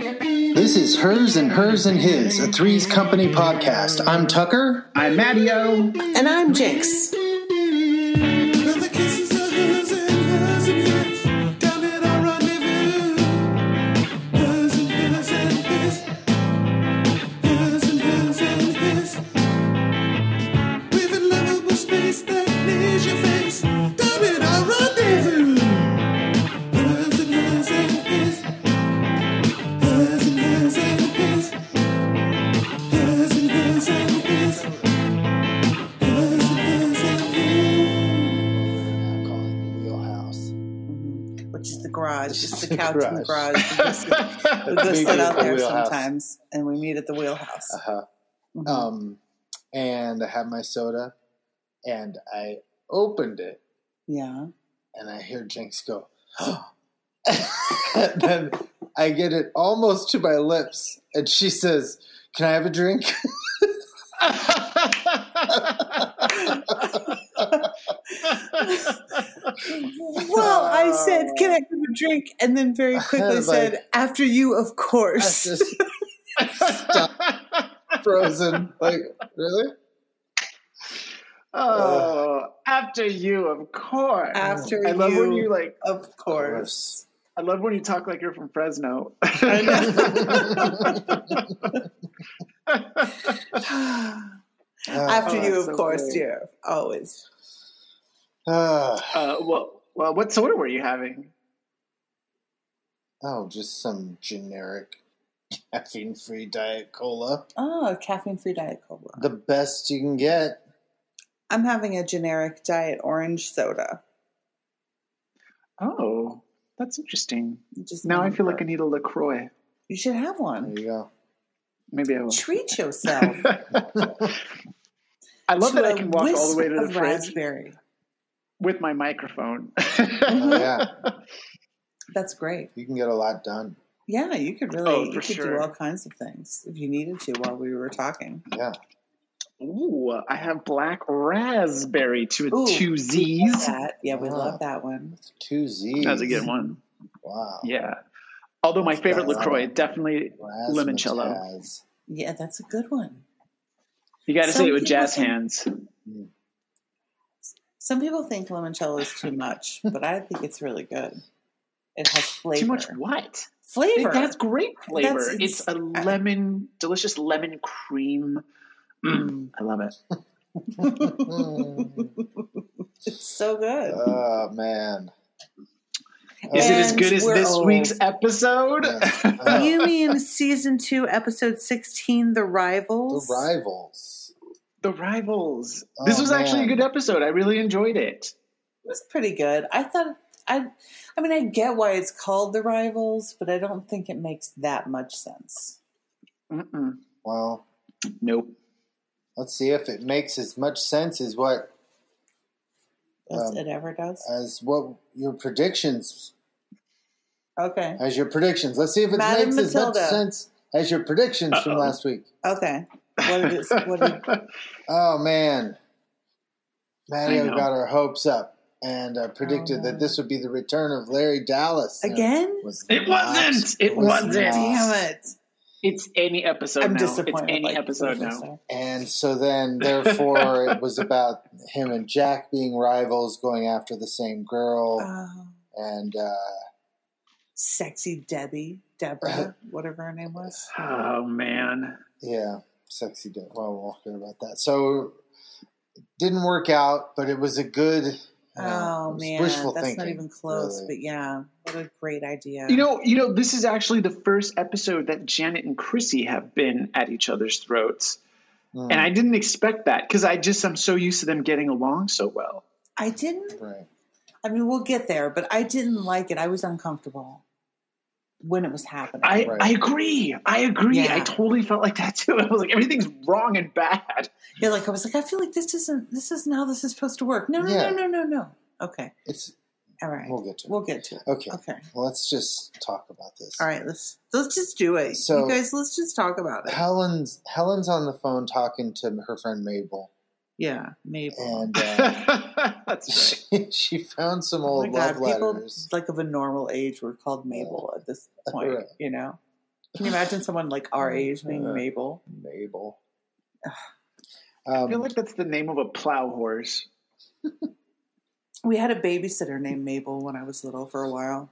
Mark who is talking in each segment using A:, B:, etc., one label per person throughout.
A: This is Hers and Hers and His, a Threes Company podcast. I'm Tucker.
B: I'm Mattio.
C: And I'm Jinx. Which is the garage, just the couch in the garage. We just- We go
A: Meet
C: sit
A: at
C: out
A: the
C: there
A: wheelhouse.
C: sometimes, and we meet at the wheelhouse.
A: Uh-huh.
C: Mhm.
A: Um, and I have my soda, and I opened it,
C: yeah.
A: and I hear Jinx go, and then I get it almost to my lips, and she says, Can I have a drink?
C: Well, I said, "Can I have a drink?" And then very quickly
A: Like-
C: said, "After you, of
A: I
C: course."
A: just frozen. Like, really?
B: oh, after you, of course.
C: After
B: I love
C: you,
B: when you like.
C: of course.
B: I love when you talk like you're from Fresno.
C: After
B: Oh,
C: you,
B: that's
C: of
B: so
C: course,
B: great.
C: dear. Always.
A: Ah.
B: uh, well, well, what soda were you having?
A: Oh, just some generic caffeine free diet cola.
C: Oh, caffeine-free diet cola.
A: The best you can get.
C: I'm having a generic diet orange soda.
B: Oh, that's interesting.
C: Just
B: Now I feel like I need a LaCroix.
C: you should have
A: There
C: one.
A: you go. Oh,
B: Maybe I will.
C: Treat yourself.
B: I love
C: to
B: that I
C: a
B: can walk all the way to
C: wisp
B: the
C: of
B: fridge
C: Raspberry.
B: with my microphone.
A: Oh,
C: Mm-hmm.
A: yeah,
C: That's great.
A: you can get a lot done.
C: Yeah, you could really
B: Oh,
C: you
B: for
C: could
B: sure.
C: do all kinds of things if you needed to while we were talking.
A: Yeah.
B: Ooh, I have black raspberry to a
C: Ooh,
B: two Z's.
C: That, yeah, we
A: Yeah.
C: love that one.
A: Two Z's.
B: That's a good one.
A: Wow.
B: Yeah. Although my favorite
A: that's-
B: LaCroix definitely Limoncello.
A: Razzmatazz.
C: Yeah, that's a good one.
B: you gotta
C: Some
B: say it with
C: people
B: jazz
C: can-
B: hands.
C: Some people think limoncello is too much, but I think it's really good. It has flavor.
B: Too much what?
C: flavor.
B: That's great flavor.
C: That's-
B: it's, a
C: it's-
B: lemon, delicious lemon cream. Mm, I love it.
A: Mm.
C: it's so good.
A: oh man.
B: Is it as
C: And
B: good as
C: we're
B: this
C: old.
B: week's
A: Oh,
B: episode?
A: Yeah.
C: you mean season two, episode sixteen, The
A: the
C: Rivals?
A: rivals?
B: the Rivals.
A: Oh,
B: this was actually a
A: man.
B: good episode. I really enjoyed it.
C: It was pretty good. I thought I I mean I get why it's called The Rivals, but I don't think it makes that much sense.
B: Mm-mm.
A: Well,
B: Nope.
A: let's see if it makes as much sense as what
C: Does
A: Um,
C: it ever does.
A: as what your predictions
C: Okay.
A: as your predictions. Let's see if it
C: Madam
A: makes as much
C: Matilda.
A: sense as your predictions from
B: Uh-oh.
A: last week.
C: Okay. What it is what it,
A: Oh man, Mario
B: I know.
A: got our hopes up and uh, predicted
C: Oh, no.
A: that this would be the return of Larry Dallas And
C: again?
A: was
B: It
A: not.
B: wasn't. It
A: was
B: wasn't.
A: not.
C: Damn it.
B: It's any episode
C: I'm
B: now.
C: disappointed.
B: It's any
C: like,
B: episode
C: seriously.
B: now.
A: And so then, therefore, it was about him and Jack being rivals, going after the same girl,
C: Oh,
A: and uh,
C: sexy Debbie, Deborah, whatever her name was.
B: Oh man.
A: yeah, sexy. Dick. Well, we'll talk about that. So it didn't work out, but it was a good. you know, it
C: Oh
A: was
C: man,
A: wishful
C: that's
A: thinking,
C: not even close.
A: really.
C: But yeah, what a great idea.
B: You know, you know, this is actually the first episode that Janet and Chrissy have been at each other's throats.
A: Mm,
B: And I didn't expect that because I just I'm so used to them getting along so well.
C: I didn't.
A: right.
C: I mean, we'll get there, but I didn't like it. I was uncomfortable when it was happening.
B: I,
A: Right.
B: I agree. I agree. I
C: Yeah.
B: totally felt like that too. I was like, everything's wrong and bad.
C: You're like, I was like, I feel like this isn't. This isn't how this is supposed to work. No, no,
A: Yeah.
C: no, no, no, no. Okay,
A: It's
C: all right.
A: we'll get to. It.
C: We'll get to it.
A: Okay,
C: Okay.
A: well, let's just talk about this.
C: All right. Let's let's just do it.
A: So-
C: you guys, let's just talk about it.
A: Helen's Helen's on the phone talking to her friend Mabel,
C: yeah, maybe.
A: and uh,
B: That's right.
A: she, she found some
C: Oh
A: old
C: my
A: love
C: people
A: letters.
C: like of a normal age were called Mabel at this point,
A: Right.
C: you know. Can you imagine someone like our age being
A: Uh,
C: Mabel?
A: Mabel.
B: I feel
A: Um,
B: like that's the name of a plow horse.
C: We had a babysitter named Mabel when I was little for a while.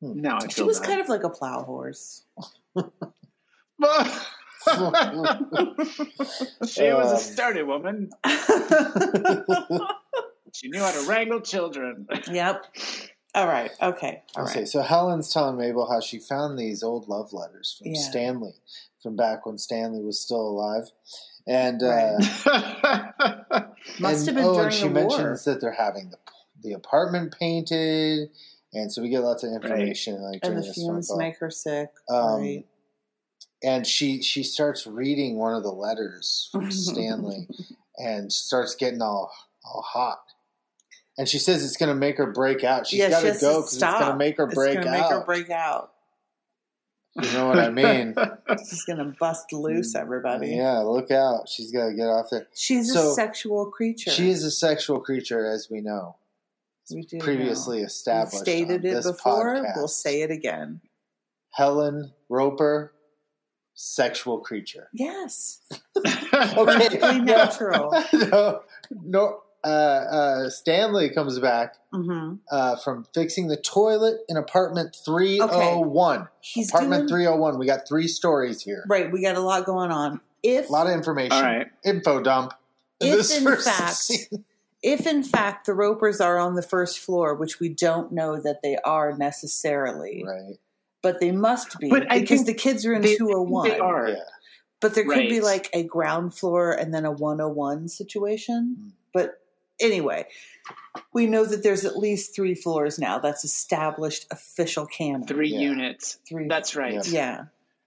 B: Now I feel
C: She was
B: bad.
C: kind of like a plow horse.
B: she was
A: Um,
B: a sturdy woman. She knew how to wrangle children.
C: yep. All right. Okay. All
A: okay,
C: right.
A: so Helen's telling Mabel how she found these old love letters from
C: Yeah.
A: Stanley, from back when Stanley was still alive, and uh,
C: Right.
A: and,
C: Must have been
A: oh,
C: during
A: and she
C: the war.
A: mentions that they're having the the apartment painted, and so we get lots of information like during
C: and the
A: this phone
C: fumes
A: call.
C: make her sick.
A: Um,
C: right.
A: and she she starts reading one of the letters from Stanley and starts getting all all hot. And she says it's going to make her break out. She's
C: Yeah,
A: got
C: she
A: to
C: has
A: go
C: to
A: because it's going to
C: stop.
A: make her
C: It's
A: break
C: gonna
A: out.
C: make her break out.
A: You know what I mean?
C: She's gonna bust loose, everybody.
A: yeah, look out. She's got to get off there.
C: She's
A: So-
C: a sexual creature.
A: She is a sexual creature, as we know,
C: We do know.
A: previously
C: We've
A: established.
C: stated
A: on
C: it
A: this
C: before.
A: podcast.
C: We'll say it again.
A: Helen Roper, sexual creature.
C: Yes,
A: Okay.
C: perfectly natural.
A: no, no. Uh, uh, Stanley comes back
C: hmm
A: uh, from fixing the toilet in apartment 301.
C: He's
A: Apartment
C: doing
A: 301. We got three stories here.
C: right. We got a lot going on. If
A: A lot of information.
B: All right.
A: Info dump.
C: If in fact-
A: scene.
C: if in fact the ropers are on the first floor, which we don't know that they are necessarily,
A: Right.
C: but they must be
B: But I
C: because
B: think
C: the kids are in
B: they-
C: two hundred one.
B: They are.
A: Yeah.
C: But there could be
B: Right.
C: like a ground floor and then a 101 situation.
B: Hmm.
A: Mm.
C: But anyway, we know that there's at least three floors now. That's established official canon.
B: Three
A: Yeah.
B: units.
C: Three-
B: That's right.
C: yeah.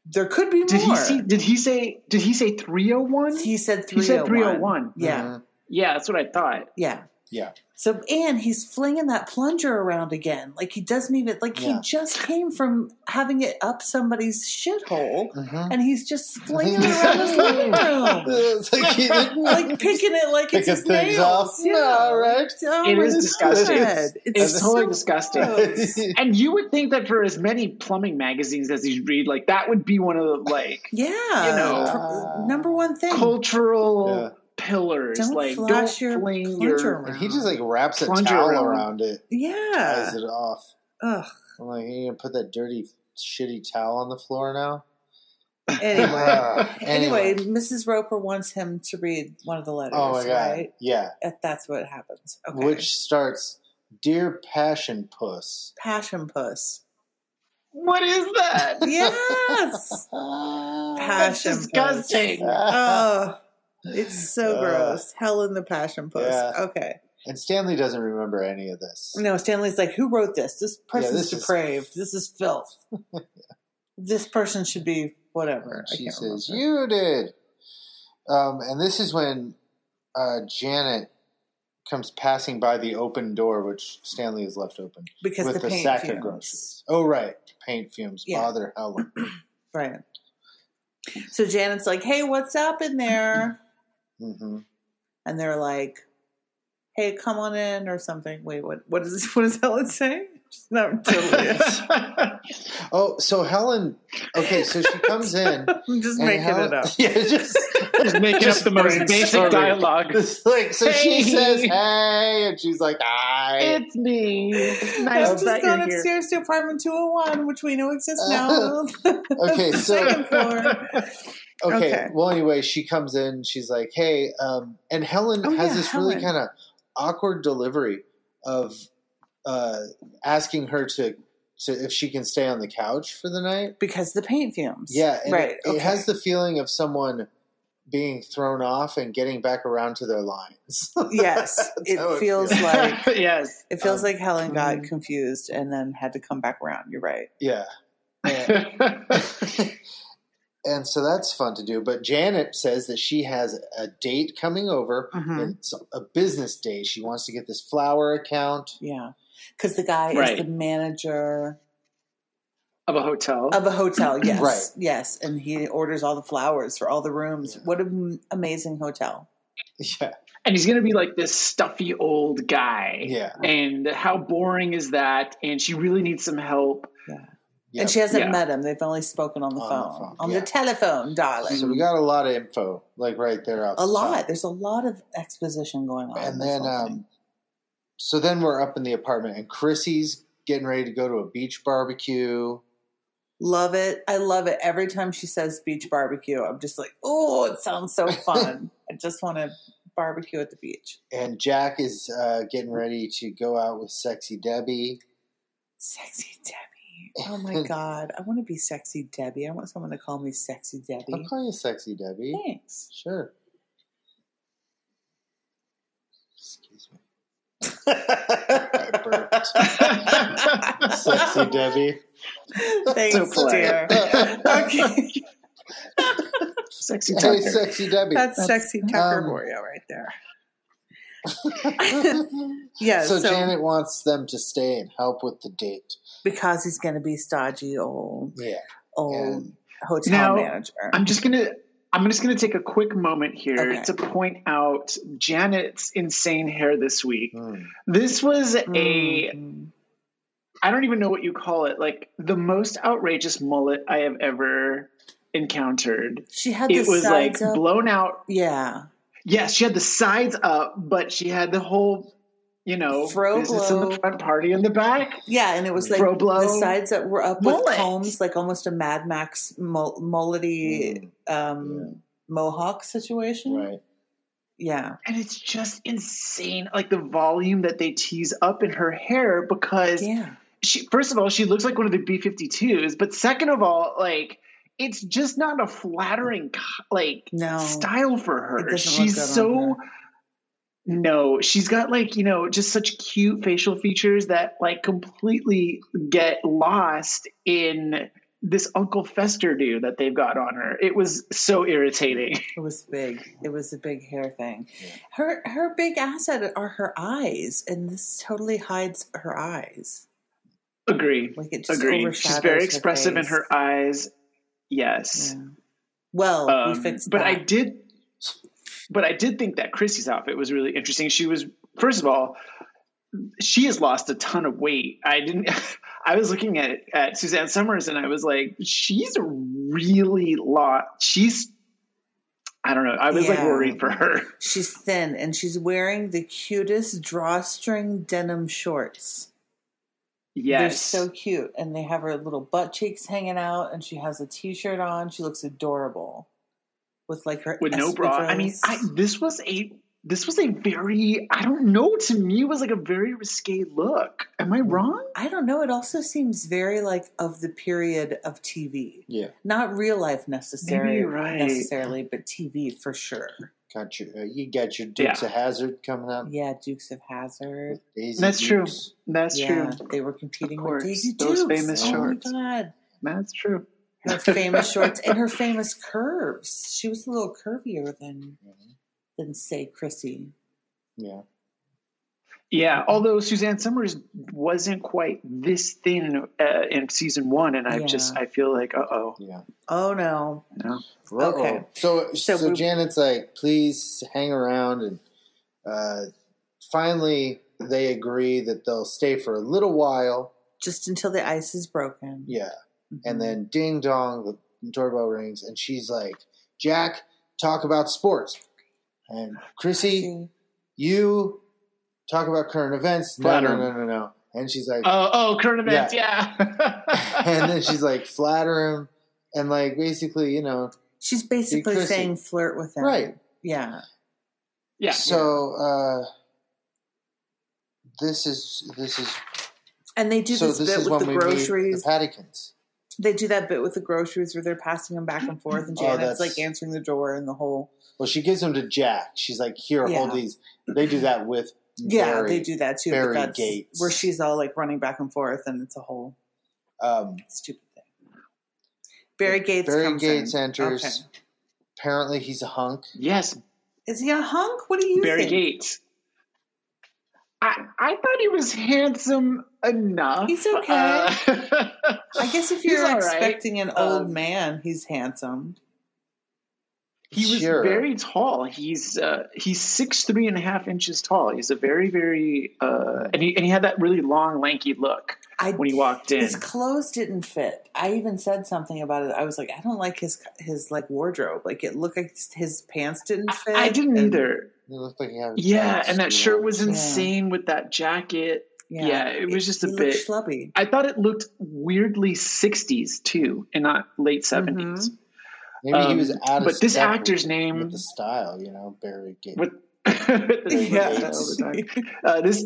C: There could be
B: Did
C: more.
B: he see? Did he say? Did he say three hundred one?
C: He said 301.
B: He said three hundred one. Mm-hmm.
C: Yeah.
A: Mhm.
B: Yeah, that's what I thought.
C: Yeah.
A: Yeah.
C: So and he's flinging that plunger around again. Like he doesn't even like
A: Yeah.
C: he just came from having it up somebody's shithole
B: Mm-hmm.
A: Mhm.
C: and he's just flinging it around his living room.
A: It's like he didn't
C: like picking it like it's
A: Picking
C: his
A: things
C: nails.
A: off. All right.
C: Oh
B: It
C: my
B: is disgusting.
C: God.
A: It's-
B: It's
C: so
B: totally disgusting.
C: gross.
B: And you would think that for as many plumbing magazines as you read, like that would be one of the like
C: Yeah,
B: You know.
C: Pr- number one thing.
A: Yeah.
B: cultural pillars.
C: Don't
B: like
C: flash
B: don't
C: your
B: fling
C: plunger
B: your
A: And he just like wraps a
B: Plunger
A: towel
B: around.
A: around it, ties
C: yeah.
A: it off.
C: Ugh.
A: I'm like, you gonna put that dirty, shitty towel on the floor now?
C: Anyway.
A: Ah,
C: Anyway, Mrs. Roper wants him to read one of the letters,
A: Oh my god.
C: right?
A: Yeah.
C: Uh, That's what happens. Okay.
A: Which starts Dear Passion Puss.
C: passion puss?
B: What is that?
C: Yes. Uh,
B: That's
C: Passion puss.
B: disgusting.
C: Oh, it's so
A: Uh,
C: gross. Helen the passion puss.
A: yeah.
C: Okay.
A: And Stanley doesn't remember any of this.
C: No, Stanley's like, who wrote this? This person's
A: this is-
C: depraved. This is filth. this person should be whatever.
A: And
C: I
A: she
C: can't
A: says,
C: remember.
A: You did. Um, and this is when uh, Janet comes passing by the open door, which Stanley has left open,
C: because
A: with
C: the,
A: the
C: paint
A: sack
C: fumes.
A: of groceries. Oh, right. Paint fumes
C: Yeah.
A: bother Helen.
C: Right. So Janet's like, hey, what's up in there?
A: hmm
C: And they're like, hey, come on in or something. Wait, what? What is what does Helen say? She's not totally.
A: Oh, so Helen. Okay, so she comes in.
C: I'm just
A: and
C: making
A: Helen-
C: it up.
A: Yeah, just.
B: Just making up
A: Just
B: the most
A: brainstorming.
B: basic dialogue.
A: It's like so she
B: Hey.
A: says hey and she's like I
B: It's me. It's nice
C: I've
B: that
C: just
B: you're
C: gone
B: here.
C: upstairs to apartment 201, which we know exists now.
A: okay so
C: Second floor.
A: okay,
C: okay.
A: well anyway she comes in she's like hey um and Helen
C: Oh,
A: has
C: yeah,
A: this really
C: Helen.
A: kind of awkward delivery of uh asking her to to if she can stay on the couch for the night
C: Because the paint fumes.
A: yeah and
C: right.
A: it, it
C: okay.
A: has the feeling of someone being thrown off and getting back around to their lines
C: yes, it
A: how it
C: feels
A: feels.
C: like
B: yes.
C: it feels
A: Um,
C: like Helen got
A: mhm.
C: confused and then had to come back around. You're right.
A: yeah And- and so that's fun to do. But Janet says that she has a date coming over.
C: Mhm.
A: and It's a business day. She wants to get this flower account.
C: Yeah, because the guy
B: Right.
C: is the manager
B: of a hotel.
C: of a hotel. Yes,
A: Right.
C: Yes, and he orders all the flowers for all the rooms.
A: Yeah.
C: What an amazing hotel!
A: Yeah,
B: and he's going to be like this stuffy old guy.
A: yeah.
B: And how boring is that? And she really needs some help.
C: Yeah.
A: Yeah.
C: And she hasn't
B: Yeah.
C: met him. They've only spoken on the
A: On the
C: phone.
A: phone,
C: On
A: yeah.
C: the telephone, darling.
A: so we got a lot of info, like right there. Off
C: a
A: the
C: lot.
A: top.
C: There's a lot of exposition going on. in
A: and
C: this
A: then
C: whole thing.
A: um, so then we're up in the apartment and chrissy's getting ready to go to a beach barbecue
C: love it. I love it. Every time she says beach barbecue, I'm just like, oh, it sounds so fun. I just want to barbecue at the beach.
A: and jack is uh, getting ready to go out with sexy debbie
C: Sexy Debbie. Oh my God. I want to be Sexy Debbie. I want someone to call me Sexy
A: i'll
C: Debbie.
A: call you sexy debbie
C: Thanks.
A: sure excuse me I burped. sexy debbie
B: So
C: Thanks,
B: polite.
C: dear. Okay.
B: Sexy
A: hey
B: Tucker.
A: sexy debbie
C: That's sexy
A: um,
C: Tucker Borio right there. Yeah,
A: so
C: so,
A: janet wants them to stay and help with the date
C: because he's going to be stodgy old
A: yeah
C: old
A: and
B: Now,
C: hotel manager.
B: I'm just gonna I'm just gonna take a quick moment here
C: Okay.
B: to point out Janet's insane hair this week.
A: mm,
B: This was a
A: Mm-hmm.
C: Mhm.
B: I don't even know what you call it, like the most outrageous mullet I have ever encountered.
C: She had
B: It
C: the
B: was like
C: sides up.
B: blown out.
C: yeah,
B: Yes, she had the sides up, but she had the whole, you know,
C: Fro
B: business in
C: blow.
B: the front, party in the back.
C: yeah, and it was like
B: Fro blow.
C: the sides that were up
B: mullet.
C: with combs, like almost a Mad Max mul- mullety
A: mm,
C: um,
A: Yeah.
C: mohawk situation.
A: right
C: Yeah,
B: And it's just insane, like the volume that they tease up in her hair because
C: yeah,
B: she first of all she looks like one of the b-52s but second of all like it's just not a flattering co- like
C: No.
B: style for
C: It
B: her
C: doesn't look
B: she's
C: good on
B: so no she's got like you know just such cute facial features that like completely get lost in this uncle fester dude that they've got on her it was so irritating
C: it was big. It was a big hair thing.
A: Yeah.
C: Her her big asset are her eyes, and this totally hides her eyes.
B: agree
C: Like it just
B: agree
C: overshadows.
B: she's very
C: her
B: expressive in
C: face.
B: her eyes yes
C: Yeah. Well, we
B: Um,
C: fixed
B: but
C: that.
B: I did, but I did think that Chrissy's outfit was really interesting. She was, first of all, she has lost a ton of weight. I didn't. I was looking at at Suzanne Summers and I was like, she's really lost. She's, I don't know. I was like
C: Yeah.
B: worried for her.
C: She's thin and she's wearing the cutest drawstring denim shorts.
B: Yes,
C: They're so cute and they have her little butt cheeks hanging out and she has a t-shirt on. She looks adorable with like her
B: with no bra. I mean, I,
C: espadrilles.
B: this was a. This was a very, I don't know, to me it was like a very risque look. Am I
C: Mm.
B: wrong?
C: I don't know, it also seems very like of the period of TV.
A: yeah
C: Not real life necessarily,
B: Maybe you're right.
C: necessarily, but TV for sure.
A: Got your, uh, you got your Dukes
B: Yeah.
A: of Hazard coming up.
C: Yeah, Dukes of Hazard.
A: Daisy
B: That's true.
A: Dukes.
B: That's
C: yeah,
B: true.
C: they were competing
B: Of
C: with
B: course,
C: Daisy
B: those
C: Dukes.
B: famous
C: oh
B: shorts.
C: my god.
B: That's true.
C: her famous shorts and her famous curves. She was a little curvier than
A: Mhm.
C: than say Chrissy.
A: Yeah,
B: Yeah, although Suzanne Summers wasn't quite this thin uh, in season one, and I
C: Yeah.
B: just I feel like uh oh.
A: yeah.
C: Oh no. Okay.
A: Uh-oh. So, so,
C: So we-
A: Janet's like, please hang around, and uh, finally they agree that they'll stay for a little while.
C: Just until the ice is broken. Mm-hmm.
A: Yeah, and then ding dong, the doorbell rings, and she's like, Jack, talk about sports, and Chrissy,
C: See?
A: you talk about current events. No,
B: Flatter
A: no,
B: 'em.
A: no, no, no. And she's like,
B: Oh oh current events yeah.
A: and then she's like flatter him and like basically you know
C: she's basically
A: Chrissy.
C: saying flirt with him.
A: right
C: Yeah.
B: yeah
A: so uh this is this is
C: And they do
A: so
C: this,
A: this,
C: bit
A: is
C: with
A: when
C: the
A: we
C: groceries.
A: meet the Paddykins.
C: they do that bit with the groceries where they're passing them back and forth and
A: Oh,
C: Janet's
A: that's-
C: like answering the door and the whole
A: well she gives them to jack she's like here
C: Yeah.
A: hold these they do that with
C: Yeah,
A: Mary.
C: they do that too.
A: Barry
C: but that's
A: Gates.
C: where she's all like running back and forth and it's a whole
A: um
C: stupid thing. Barry Gates
A: Barry
C: comes
A: Gates
C: in.
A: enters.
C: Okay.
A: apparently he's a hunk
B: yes
C: Is he a hunk? What do you
B: Barry
C: think?
B: Gates. I I thought he was handsome enough.
C: He's okay.
B: Uh,
C: I guess if
B: He's Um,
C: you're
B: all right.
C: expecting an old
B: Um,
C: man, he's handsome.
B: He was
A: Sure.
B: very tall. He's uh, he's six three and a half inches tall. He's a very very uh, and he and he had that really long lanky look
C: I
B: when he walked in.
C: his clothes didn't fit. I even said something about it. I was like, I don't like his his like wardrobe. Like it looked like his pants didn't fit.
B: I didn't
C: and-
B: either.
A: It looked like he had a
B: Yeah,
A: giant
B: and that
A: screw
B: shirt
A: on.
B: was
C: Yeah.
B: insane with that jacket. Yeah, it was just a
C: he
B: bit.
C: looked schlubby.
B: I thought it looked weirdly '60s too, and not late '70s.
C: Mm-hmm.
A: Maybe he was
B: Um,
A: out of
B: but this
A: step
B: actor's
A: with,
B: name-
A: with the style, you know, Barry Gates.
B: With- That's
A: Yeah.
B: what I tell the time. Uh, this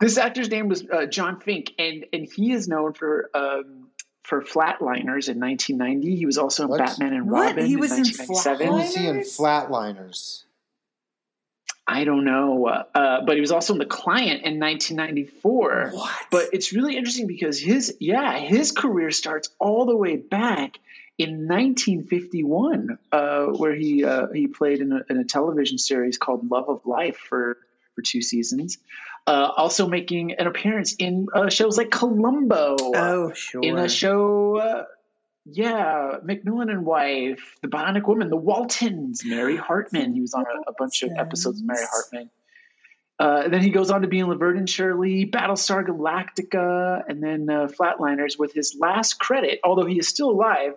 B: this actor's name was uh, John Fink, and and he is known for um, for Flatliners in 1990. He was also in
A: What?
B: Batman and
C: What?
B: Robin
C: He
B: in
C: was in
B: 1997.
A: Who was he in
C: Flatliners?
A: Flatliners?
B: I don't know, uh, but he was also in The Client in 1994.
C: What?
B: But it's really interesting because his yeah his career starts all the way back in 1951, uh, where he uh, he played in a, in a television series called Love of Life for for two seasons. Uh, also making an appearance in uh, shows like Columbo,
C: oh sure.
B: in a show. Uh, yeah, Macmillan and Wife, The Bionic Woman, The Waltons, Mary Hartman. He was on a, a bunch of episodes of Mary
C: Waltons.
B: Hartman. Uh, and then he goes on to be in Laverne and Shirley, Battlestar Galactica, and then uh, Flatliners with his last credit, although he is still alive.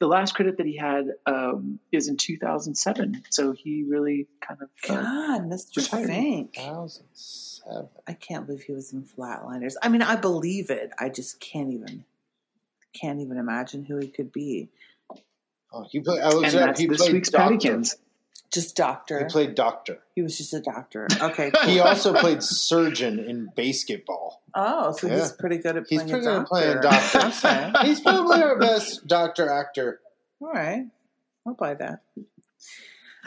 B: The last credit that he had um, is in 2007. So he really kind of. Uh,
C: God, Mr.
B: retired.
C: Fink.
A: 2007.
C: I can't believe he was in Flatliners. I mean, I believe it. I just can't even can't even imagine who he could be.
A: Oh, he played. I looked
B: and
A: it up.
B: that's
A: He
B: this
A: played
B: week's
A: Doctor.
B: Paddykins.
C: Just
A: He
C: doctor. He,
A: played Doctor.
C: was just a doctor. Okay.
A: He
C: cool.
A: also played surgeon in basketball.
C: oh, so
A: Yeah.
C: he's pretty good at
A: He's
C: playing
A: pretty
C: a
A: good at
C: doctor.
A: playing doctor.
C: okay.
A: He's probably our best doctor actor.
C: All right. I'll buy that.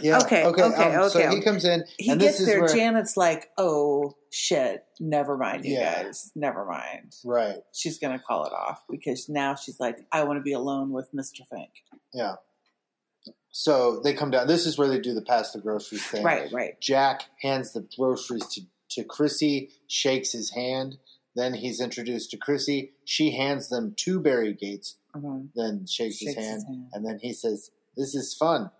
A: Yeah.
C: Okay,
A: Okay.
C: okay,
A: um, So
C: okay.
A: he comes in.
C: He
A: and
C: gets
A: this
C: there.
A: Is where,
C: Janet's like, "Oh shit, never mind, you
A: Yeah.
C: guys, never mind."
A: right.
C: She's gonna call it off because now she's like, "I want to be alone with Mister Fink."
A: Yeah. So they come down. This is where they do the pass the groceries thing.
C: Right, right.
A: Jack hands the groceries to, to Chrissy, shakes his hand. Then he's introduced to Chrissy. She hands them to Barry Gates,
C: Mhm.
A: then shakes, his,
C: Shakes his
A: hand,
C: hand.
A: And then he says, This is fun.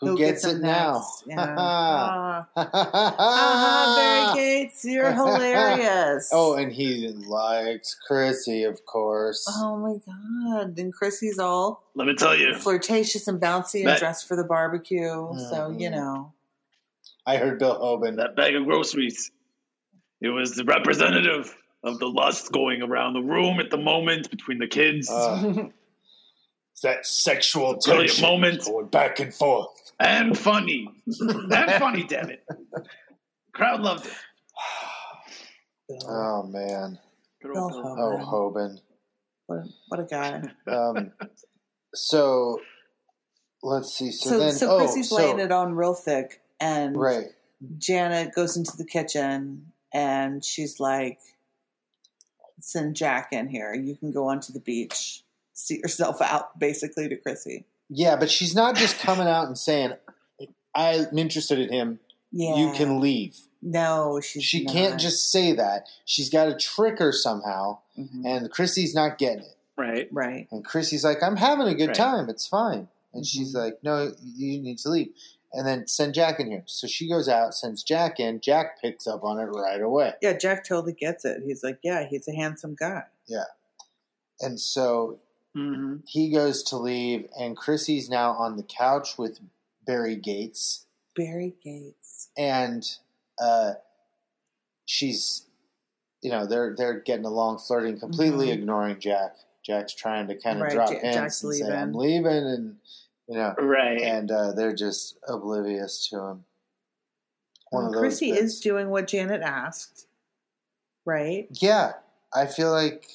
A: Who,
C: Who
A: gets,
C: them
A: it now? Uh-huh,
C: next? Yeah. Ah. Ah, Barry Gates, you're hilarious.
A: Oh, and he likes Chrissy, of course.
C: Oh my god! And Chrissy's all
B: Let me tell you.
C: flirtatious and bouncy and
B: That-
C: dressed for the barbecue. So
A: Mhm.
C: you know,
A: I heard Bill Hoban.
B: that bag of groceries. It was the representative of the lust going around the room at the moment between the kids
A: Uh, it's that sexual
B: Brilliant
A: tension
B: moment.
A: going back and forth.
B: and funny. and funny, damn it. Crowd loved it.
A: Oh man.
B: Good
C: Bill
B: old Bill.
C: Hope.
A: Oh
C: man.
A: Hoban.
C: what, what a guy.
A: Um, so let's see. So,
C: So, so,
A: then, oh,
C: Chrissy's
A: so,
C: laying it on real thick, and
A: right.
C: Janet goes into the kitchen and she's like, "Send Jack in here. You can go onto the beach, see yourself out." Basically, to Chrissy.
A: Yeah, but she's not just coming out and saying, "I'm interested in him.
C: Yeah,
A: You can leave."
C: No, she's
A: she
C: not.
A: can't just say that. She's got to trick her somehow.
C: Mhm.
A: And Chrissy's not getting it.
B: Right.
C: right.
A: And Chrissy's like, "I'm having a good
B: Right.
A: time. It's fine." And
C: Mhm.
A: she's like, "No, you need to leave." And then send Jack in here. So she goes out, sends Jack in. Jack picks up on it right away.
C: Yeah, Jack totally gets it. He's like, "Yeah, he's a handsome guy."
A: And so
B: Mm-hmm.
A: he goes to leave, and Chrissy's now on the couch with Barry Gates,
C: Barry Gates.
A: and uh, she's, you know, they're they're getting along, flirting, completely
C: Mhm.
A: ignoring Jack. Jack's trying to kind of
C: Right,
A: drop
C: Ja-
A: hints
C: Jack's
A: and say,
C: leaving.
A: "I'm leaving," and you know,
B: Right.
A: and uh, they're just oblivious to him. One
C: Well,
A: of those
C: Chrissy
A: bits.
C: is doing what Janet asked, right?
A: Yeah, I feel like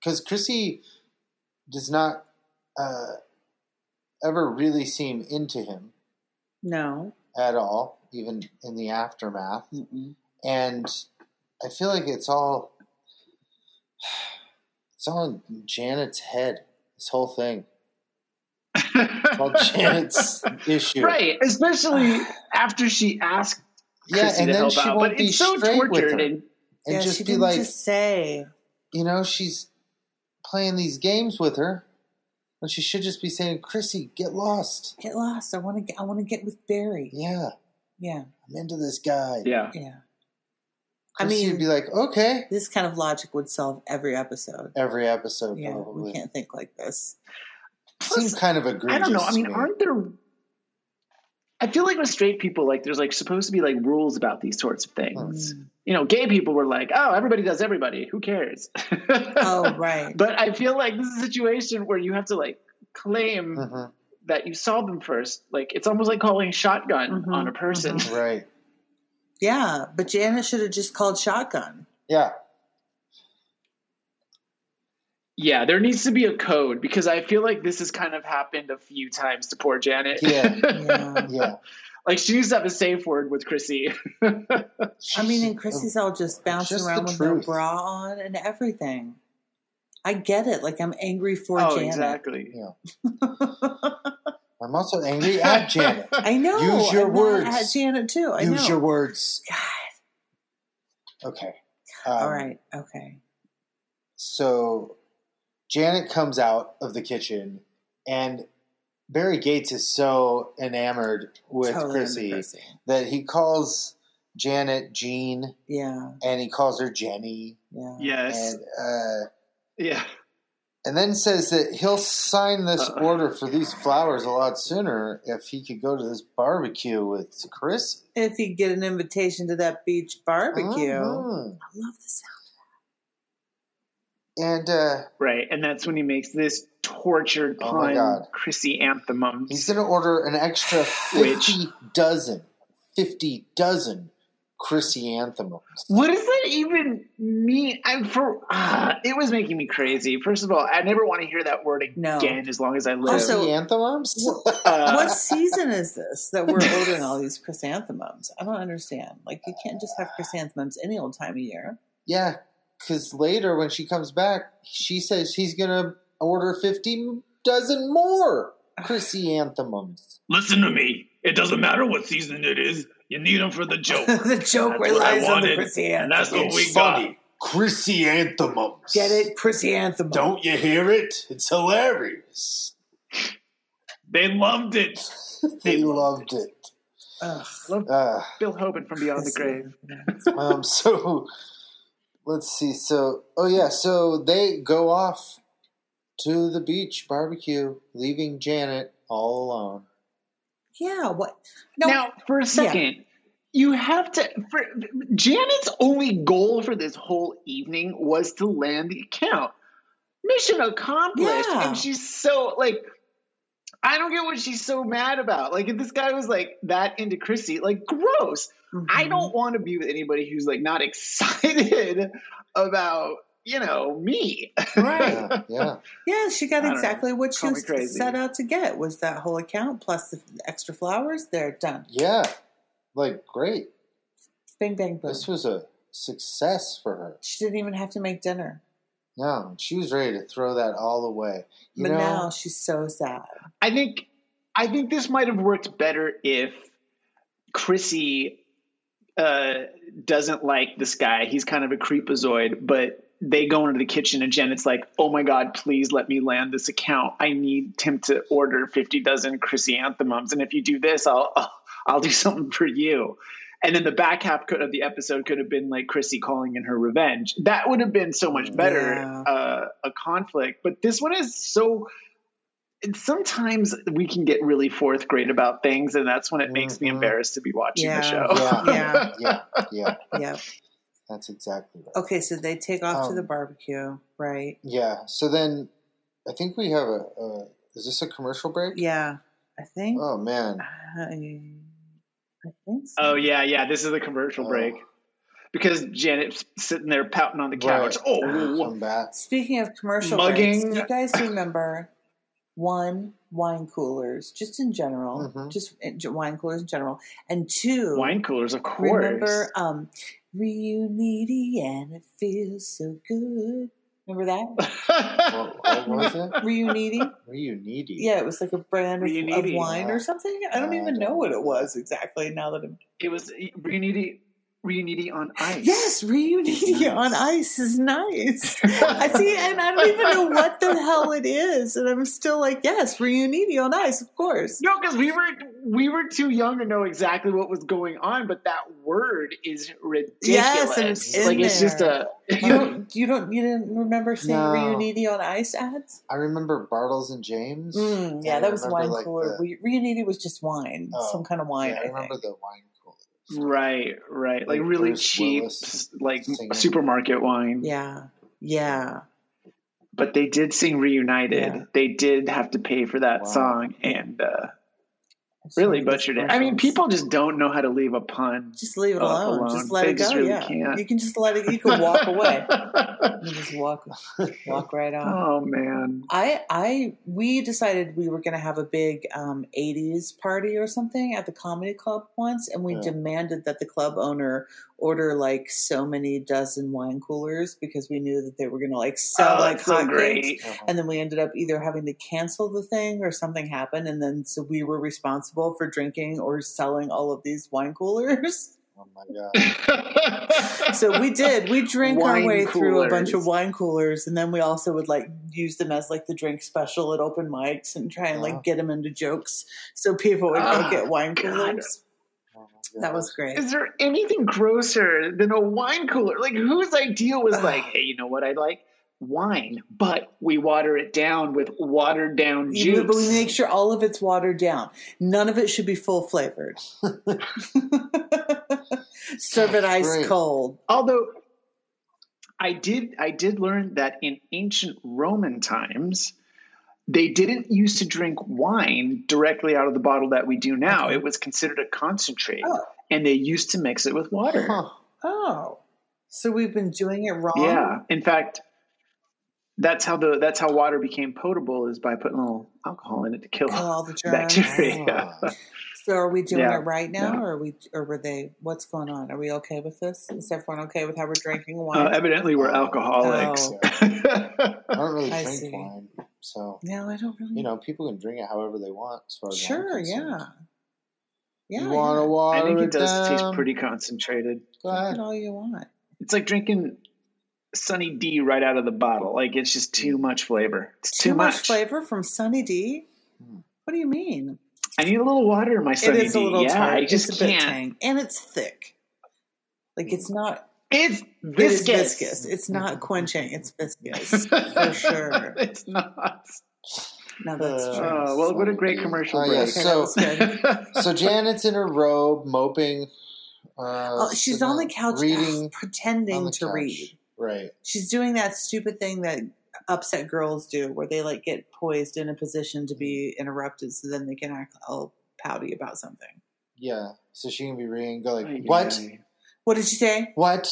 A: because Chrissy does not uh, ever really seem into him.
C: No.
A: at all, even in the aftermath.
C: Mm-mm.
A: And I feel like it's all it's all in Janet's head. This whole thing, it's all Janet's issue,
B: right. Especially after she asked
A: Yeah,
B: Chrissy
A: and
B: to
A: then
B: help
A: she
B: out.
A: won't
B: But
A: be
B: it's so
A: straight with
B: tortured.
A: her.
B: And
A: And
C: yeah,
A: just
C: she
A: be
C: didn't
A: like,
C: just say.
A: you know, she's playing these games with her. When she should just be saying, Chrissy, get lost.
C: Get lost. I want to get. I want to get with Barry.
A: Yeah,
C: Yeah,
A: I'm into this guy.
B: Yeah.
C: yeah. I
A: Chrissy
C: mean,
A: would be like, okay.
C: this kind of logic would solve every episode.
A: Every episode,
C: Yeah, we
A: probably.
C: can't think like this.
A: Seems
B: Plus,
A: kind of egregious.
B: I don't know. I mean,
A: to me.
B: aren't there? I feel like with straight people, like there's like supposed to be like rules about these sorts of things.
A: Hmm.
C: Mm.
B: You know, gay people were like, "Oh, everybody does everybody. Who cares?"
C: Oh, right.
B: But I feel like this is a situation where you have to like claim
A: Mhm,
B: that you saw them first. Like it's almost like calling shotgun
A: Mm-hmm,
C: Mhm,
B: on a person.
A: Right.
C: Yeah, but Janet should have just called shotgun.
A: Yeah.
B: Yeah, there needs to be a code because I feel like this has kind of happened a few times to poor Janet.
A: Yeah.
C: Yeah.
A: Yeah.
B: like she needs to have a safe word with Chrissy.
C: I mean, and Chrissy's all just bouncing
A: Just the
C: around with no
A: truth.
C: bra on and everything. I get it. Like I'm angry for
B: oh,
C: Janet.
B: exactly.
A: I'm also angry at Janet.
C: I know.
A: Use your
C: I'm mad
A: words.
C: At Janet too. I
A: Use
C: know.
A: your words.
C: God.
A: Okay. Um,
C: all right. Okay.
A: So Janet comes out of the kitchen, and Barry Gates is so enamored with
C: Totally into
A: Chrissy
C: Chrissy.
A: that he calls Janet Jean
C: Yeah.
A: and he calls her Jenny,
C: Yeah.
B: Yes.
A: and uh,
B: yeah.
A: and then says that he'll sign this
B: Uh.
A: order for these flowers a lot sooner if he could go to this barbecue with Chrissy.
C: If you get an invitation to that beach barbecue,
A: Mhm.
C: I love the sound.
A: And uh,
B: Right. And that's when he makes this tortured
A: Oh my
B: pun
A: God.
B: Chrissy um, anthemum.
A: He's going to order an extra 50
B: Which-
A: dozen, 50 dozen Chrissy anthemums.
B: What does that even mean? I'm for ah, it was making me crazy. First of all, I never want to hear that word
C: No.
B: again as long as I live.
C: Also-
A: Chrissy anthemums?
B: Uh,
C: what season is this that we're ordering all these chrysanthemums? I don't understand. Like you can't just have chrysanthemums any old time of year.
A: yeah, because later when she comes back, she says she's going to order 50 dozen more Chrissy anthemums.
B: Listen to me. It doesn't matter what season it is. You need them for the joke.
C: the joke
B: That's what I
C: relies on the
B: wanted, and
C: chrysanthemum.
B: that's what we got.
A: Chrissy anthemums.
C: Get it? Chrysanthemum.
A: you hear it? It's hilarious.
B: They loved it.
A: They
B: They
A: loved it.
C: Ugh.
A: Uh,
B: Bill Hoban from Beyond the Grave.
C: Chrysanthemum.
A: um, so let's see. So oh yeah, so they go off to the beach barbecue, leaving Janet all alone.
C: Yeah. What? No.
B: Now, for a second, you have to. For, Janet's only goal for this whole evening was to land the account. Mission accomplished.
C: Yeah.
B: And she's so like, I don't get what she's so mad about. Like, if this guy was like that into Chrissy, like, gross. I
C: Mhm.
B: don't want to be with anybody who's like not excited about you know me.
C: Right.
A: Yeah, yeah.
C: Yeah, she got
B: I don't
C: exactly what she
B: Call me
C: was
B: crazy.
C: set out to get was that whole account plus the extra flowers. They're done.
A: yeah. Like great.
C: Bing, bang, boom.
A: This was a success for her.
C: She didn't even have to make dinner.
A: No, she was ready to throw that all away. You
C: but
A: know,
C: now she's so sad.
B: I think I think this might have worked better if Chrissy uh, doesn't like this guy. He's kind of a creepazoid, but they go into the kitchen and Janet's like, "Oh my god, please let me land this account. I need Tim to order fifty dozen Chrissy anthemums, and if you do this, I'll I'll, I'll do something for you." And then the back half could, of the episode could have been like Chrissy calling in her revenge. That would have been so much better
C: Yeah.
B: uh, a conflict. But this one is so. And sometimes we can get really fourth grade about things, and that's when it makes me
A: Mhm.
B: embarrassed to be watching
C: Mm-hmm.
B: the
C: Yeah.
B: show.
A: yeah,
C: Yeah.
A: yeah, yeah.
C: yep.
A: That's exactly right.
C: Okay, so they take off to
A: Um,
C: the barbecue, right?
A: Yeah. So then, I think we have a. a is this a commercial break?
C: Yeah. I think.
A: Oh man.
C: I, I think so.
B: Oh yeah, yeah. This is the commercial
A: Oh.
B: break because Janet's sitting there pouting on the couch.
A: Right. Uh-huh.
B: Oh,
A: Come back.
C: Speaking of commercial
B: Mugging.
C: breaks, do you guys remember one wine coolers, just in general,
A: Mhm.
C: just in- j- wine coolers in general, and two
B: wine coolers, of course.
C: Remember, um, reunity and it feels so good. Remember that
A: What, what Oh, was it?
C: reunity?
A: Reunity.
C: Yeah, it was like a brand of, of
B: Reuniti.
C: wine or something. I don't
A: I don't
C: even know what
A: know.
C: it was exactly. Now that I'm
B: it was Reuniti. Reuniti on ice.
C: Yes, reunion on ice is nice. I see, and I don't even know what the hell it is, and I'm still like, yes, reunion on ice, of course.
B: No, because we were we were too young to know exactly what was going on, but that word is ridiculous.
C: Yes, and it's in
B: like it's
C: there.
B: just a
C: You don't, you don't, you didn't remember seeing
A: No.
C: reunion on ice ads?
A: I remember Bartles and James.
C: Mm, yeah,
A: I
C: that was
A: remember,
C: wine
A: like,
C: cooler.
A: the-
C: We Reuniti was just wine,
A: Oh,
C: some kind of wine.
A: yeah, I
C: I,
A: remember
C: think. Mm.
A: the wine cooler.
B: right, right, like
A: Like
B: really
A: Bruce
B: cheap,
A: Willis
B: like
A: singing.
B: supermarket wine.
C: Yeah, yeah.
B: But they did sing "Reunited."
C: Yeah.
B: They did have to pay for that
A: Wow.
B: song, and uh, really butchered it. I mean, people just don't know how to leave a pun.
C: just leave it
B: uh,
C: alone.
B: alone.
C: Just let
B: They
C: it
B: just
C: go.
B: really
C: yeah,
B: can't.
C: you can just let it. You can walk away. You can just walk, walk right off.
B: oh man.
C: I, I, we decided we were going to have a big um, '80s party or something at the comedy club once, and we
A: Yeah.
C: demanded that the club owner order like so many dozen wine coolers because we knew that they were going to like sell
B: oh,
C: like
B: that's so
C: hotcakes.
B: great.
A: Uh-huh.
C: And then we ended up either having to cancel the thing or something happened, and then so we were responsible for drinking or selling all of these wine coolers.
A: Oh my god!
C: So we did. We drink our
B: Wine
C: way through a bunch of
B: coolers.
C: wine coolers, and then we also would like use them as like the drink special at open mics and try and
A: Uh-huh.
C: like get them into jokes so people would go
B: Ah,
C: get wine
B: Oh. God.
C: coolers.
A: Oh my
C: That
A: God.
C: was great.
B: Is there anything grosser than a wine cooler? Like, whose idea was
C: Ugh.
B: like, hey, you know what I like? Wine, but we water it down with watered down
C: You-
B: juice.
C: But we make sure all of it's watered down. None of it should be full flavored. Serve it
A: That's
C: ice
A: great.
C: cold.
B: Although I did, I did learn that in ancient Roman times, they didn't used to drink wine directly out of the bottle that we do now.
C: Okay.
B: It was considered a concentrate,
C: Oh.
B: and they used to mix it with water.
A: Huh.
C: Oh, so we've been doing it wrong.
B: Yeah. In fact, that's how the that's how water became potable is by putting a little alcohol in it to kill
A: Oh,
C: Kill all the germs.
B: bacteria.
A: Ah.
C: So are we doing
B: Yeah,
C: it right now,
B: yeah.
C: or are we, or were they? What's going on? Are we okay with this? Is everyone okay with how we're drinking
B: Uh,
C: wine?
B: evidently, we're
A: Oh.
B: alcoholics.
C: Oh.
A: I don't really
C: I
A: drink
C: see.
A: wine, so
C: no, I don't really.
A: you know people can drink it however they want. As far as I'm
C: sure,
A: concerned.
C: yeah, yeah.
A: you want to
B: I
C: yeah.
A: water
B: think it does
A: down?
B: taste pretty concentrated.
A: Go
C: Drink
A: ahead.
C: it all you want.
B: It's like drinking Sunny D right out of the bottle. Like it's just too much flavor. It's too,
C: Mm. Too much flavor from Sunny D.
A: Hmm.
C: What do you mean?
B: I need a little water in my Sunny
C: it is
B: D.
C: a little
B: yeah,
C: tart.
B: I just
C: it's a bit
B: can't.
C: tang, and it's thick. Like it's not.
B: It's
C: It is
B: viscous.
C: viscous.
A: Hmm.
C: It's not quenching. It's viscous for sure.
B: it's not.
C: No, that's
A: Uh,
C: true.
B: Oh, well, what a
A: Sunny
B: great
A: D.
B: commercial
A: Oh,
B: break.
A: yeah,
C: okay, that
A: so-
C: was good.
A: So Janet's in her robe, moping. Uh,
C: Oh, she's
A: sitting
C: on the couch,
A: reading
C: pretending
A: on the
C: to
A: couch.
C: read.
A: Right.
C: she's doing that stupid thing that upset girls do where they like get poised in a position to
A: Mm.
C: be interrupted so then they can act all pouty about something
A: Yeah. So she can be reading. Go like,
B: Ay,
A: what?
B: ay,
C: what did you say
A: What?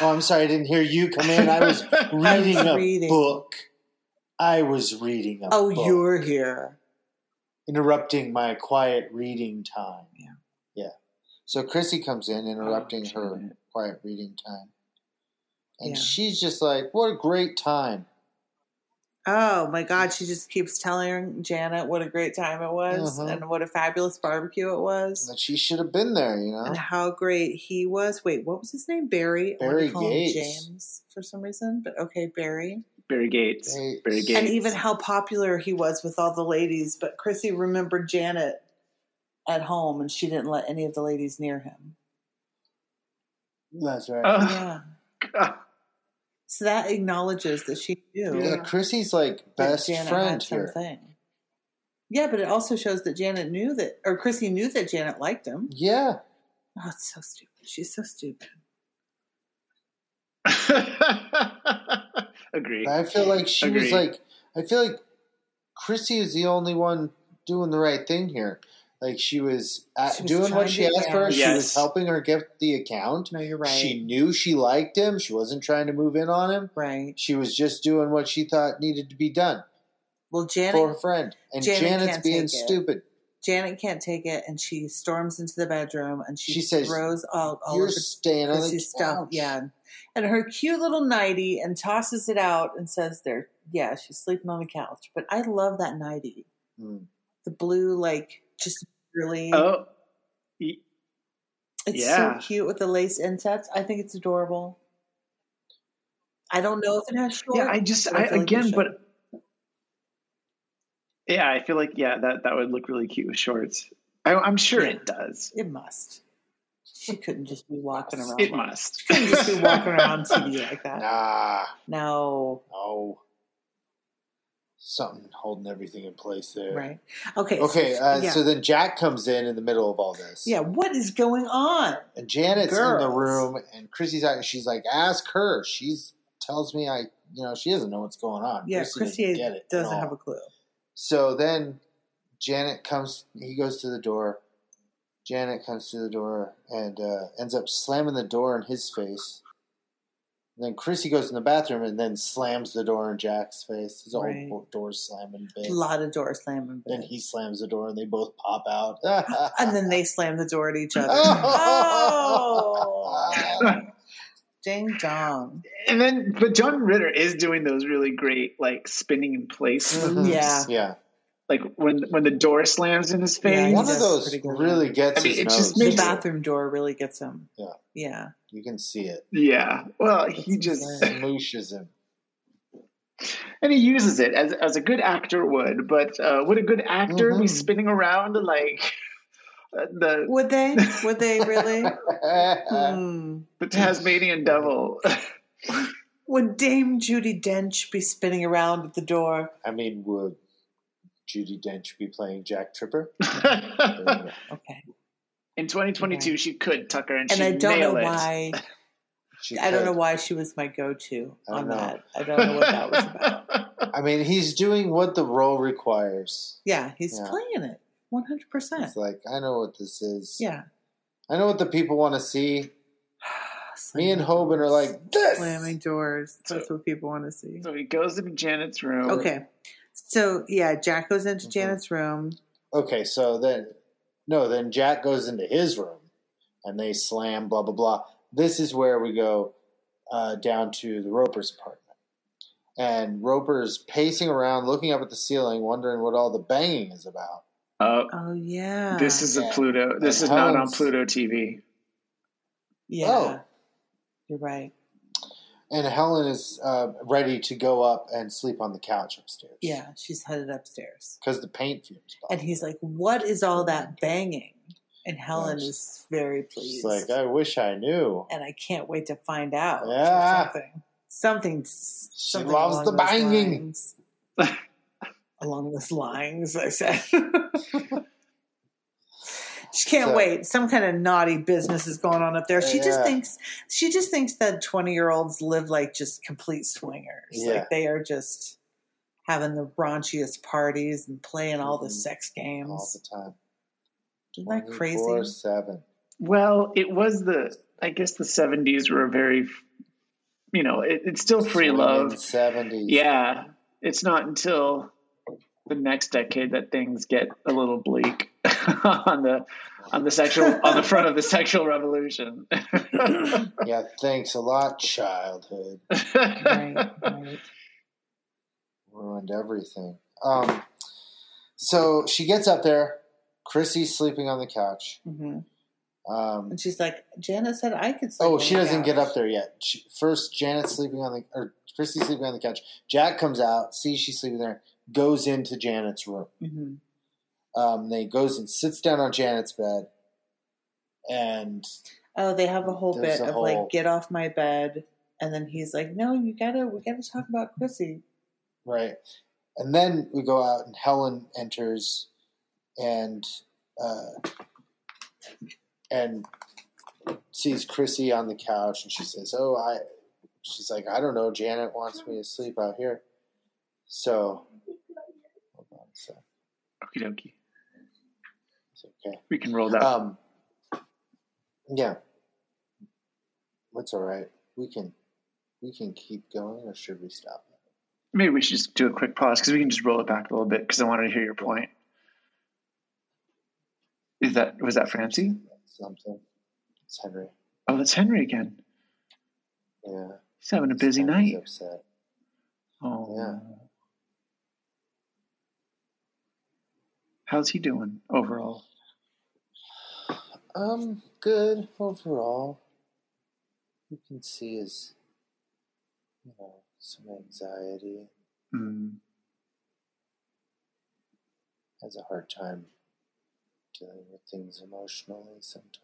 A: Oh, I'm sorry, I didn't hear you come in. I was
C: I was
A: reading a
C: reading.
A: book. I was reading a
C: oh
A: book.
C: you're here
A: interrupting my quiet reading time.
C: Yeah.
A: Yeah. So Chrissy comes in, interrupting
B: Oh,
A: her
B: Janet.
A: quiet reading time. And
C: Yeah.
A: she's just like, what a great time.
C: oh my god she just keeps telling janet what a great time it was
A: Uh-huh.
C: and what a fabulous barbecue it was
A: That she should have been there, you know?
C: and how great he was wait what was his name barry i want
A: Barry
C: to call
A: Gates.
C: him james for some reason but okay barry
B: Barry Gates.
A: Gates.
B: Barry
A: And
B: Gates.
C: and even how popular he was with all the ladies. But Chrissy remembered Janet at home, and she didn't let any of the ladies near him.
A: That's right.
B: Oh,
C: Yeah,
B: God.
C: so that acknowledges that she knew
A: yeah, Chrissy's like
C: that
A: best
C: Janet
A: friend
C: had
A: here.
C: something. Yeah, but it also shows that Janet knew that, or Chrissy knew that Janet liked him.
A: Yeah.
C: Oh, it's so stupid. She's so stupid.
B: Agree.
A: I feel like she was
B: Agreed.
A: like, I feel like Chrissy is the only one doing the right thing here. Like she was, at,
C: She was
A: doing
C: trying
A: what she
C: to-
A: asked for. She
B: Yes.
A: was helping her get the account.
C: No, you're right.
A: She knew she liked him. She wasn't trying to move in on him.
C: right.
A: She was just doing what she thought needed to be done
C: Well, Janet
A: for her friend. And
C: Janet
A: Janet's
C: can't
A: being
C: take it.
A: stupid.
C: Janet can't take it, and she storms into the bedroom and she,
A: She says,
C: throws all, all
A: You're
C: of the
A: staying on the couch.
C: Chrissy's stuff. Yeah. And her cute little nightie and tosses it out and says there, yeah, she's sleeping on the couch. But I love that nightie.
A: Mm.
C: The blue, like just really
B: Oh, y-
C: It's
B: Oh, Yeah.
C: so cute with the lace insets. I think it's adorable. I don't know if it has short.
B: yeah i just
C: but I
B: i,
C: feel like you
B: again
C: should.
B: but yeah i feel like yeah that that would look really cute with shorts I, i'm sure
C: Yeah.
B: it does
C: it must. She couldn't just be walking around.
B: it
C: like-
B: must
C: She couldn't just be walking around TV like that.
A: Nah,
C: No.
A: no. Something holding everything in place there.
C: Right. Okay. so-
A: Okay, uh,
C: yeah.
A: so then Jack comes in in the middle of all this.
C: yeah. What is going on?
A: And Janet's in the
C: Girls.
A: room, and Chrissy's out. and She's like, "Ask her." She's tells me, "I, you know, she doesn't know what's going on."
C: Yeah, Chrissy
A: get it at
C: doesn't have
A: all.
C: a clue.
A: So then Janet comes, he goes to the door. Janet comes to the door and uh, ends up slamming the door in his face. then Chrissy goes in the bathroom and then slams the door in Jack's face. His
C: Right.
A: old door slamming
C: A
A: bit.
C: lot of door slamming.
A: Then
C: Then
A: he slams the door and they both pop out.
C: and then they slam the door at each other.
A: Oh.
C: oh. Ding dong.
B: and then but john ritter is doing those really great like spinning in place
C: Mm-hmm.
B: moves.
C: Yeah.
A: Yeah.
B: like when when the door slams in his
C: Yeah, he
B: face
A: One of
C: does
A: those
C: pretty good
A: really
C: one.
A: gets
B: I mean,
A: his
B: it
A: nose.
B: just
C: The
B: Makes-
C: bathroom door really gets him.
A: Yeah.
C: Yeah.
A: You can see it.
B: yeah, well he
C: That's
B: just
C: insane.
A: Smooshes him.
B: and he uses it as as a good actor would but uh would a good actor
A: Mhm.
C: Mm-hmm.
B: be spinning around like uh, the
C: Would they? Would they really? Hmm.
B: the tasmanian devil
C: Would Dame Judy Dench be spinning around at the door?
A: I mean, would Judy Dench be playing Jack Tripper?
C: Okay.
B: in 2022 she could tucker and,
C: And
B: she'd
C: I don't know
B: nail it
C: why.
A: She
C: I don't
A: could.
C: know why she was my go-to
A: I don't
C: on
A: know.
C: that. I don't know what that was about.
A: I mean, he's doing what the role requires.
C: Yeah, he's
A: Yeah.
C: playing it one hundred percent.
A: It's like I know what this is.
C: Yeah.
A: I know what the people want to see. Me and Hoban are like this.
C: slamming doors.
B: So-
C: That's what people want to see.
B: so he goes into janet's room
C: Okay. So yeah, Jack goes into
A: Mhm.
C: Janet's room.
A: Okay, so then no, then Jack goes into his room, and they slam blah blah blah. This is where we go uh, down to the Roper's apartment, and Roper's pacing around, looking up at the ceiling, wondering what all the banging is about.
B: uh,
C: Oh yeah.
B: this is
A: Yeah.
B: a pluto this
A: And
B: is not on
A: Helen's-
B: pluto tv
C: yeah.
A: Oh.
C: You're right.
A: And Helen is uh, ready to go up and sleep on the couch upstairs.
C: Yeah, she's headed upstairs.
A: because the paint fumes.
C: And he's like, What is all that banging? And Helen
A: Yes.
C: is very
A: She's
C: pleased.
A: like, I wish I knew.
C: and I can't wait to find out. or
A: Yeah.
C: Something. Something. something
A: loves
C: along
A: the
C: those
A: banging.
C: lines. along those lines, I said. She can't
A: So-
C: wait. Some kind of naughty business is going on up there. She just
A: Yeah.
C: thinks she just thinks that twenty year olds live like just complete swingers.
A: Yeah.
C: Like they are just having the raunchiest parties and playing all the
A: Mhm.
C: sex
A: all mm-hmm, the
C: games.
A: time.
C: Isn't that crazy?
A: 24/7.
B: Well, it was the I guess the seventies were a very you know, it, it's still free
A: Swinging
B: love.
A: 70s.
B: Yeah. It's not until the next decade that things get a little bleak on the on the sexual on the front of the sexual revolution.
A: Yeah, thanks a lot, childhood.
C: Right, right.
A: Ruined everything. Um, so she gets up there. Chrissy's sleeping on the couch.
C: hmm
A: Um,
C: And she's like, Jana said I could sleep.
A: oh,
C: on
A: she
C: the
A: doesn't get
C: couch."
A: up there yet. She, first, Janet's sleeping on the or Chrissy's sleeping on the couch. Jack comes out, sees she's sleeping there, goes into Janet's room.
C: Mhm.
A: Um, then he goes and sits down on Janet's bed, and
C: Oh, they have a whole
A: There's
C: bit
A: a
C: of
A: whole-
C: like, get off my bed. And then he's like, no, you gotta, we gotta talk about Chrissy.
A: Right. And then we go out, and Helen enters, and uh, and sees Chrissy on the couch, and she says, "Oh, I." She's like, "I don't know. Janet wants me to sleep out here." So, hold on, a sec.
B: Okie dokie.
A: it's okay.
B: We can roll that.
A: Um, yeah, that's all right. We can we can keep going, or should we stop?
B: Maybe we should just do a quick pause because we can just roll it back a little bit because I wanted to hear your point. Is that was that Francie?
A: Something. It's Henry.
B: Oh, that's Henry again.
A: Yeah.
B: He's having a busy
A: He's
B: night.
A: Upset.
B: Oh.
A: Yeah.
B: How's he doing overall?
A: Um, good overall. You can see his, you know, some anxiety.
B: Mm.
A: Has a hard time dealing with things emotionally sometimes.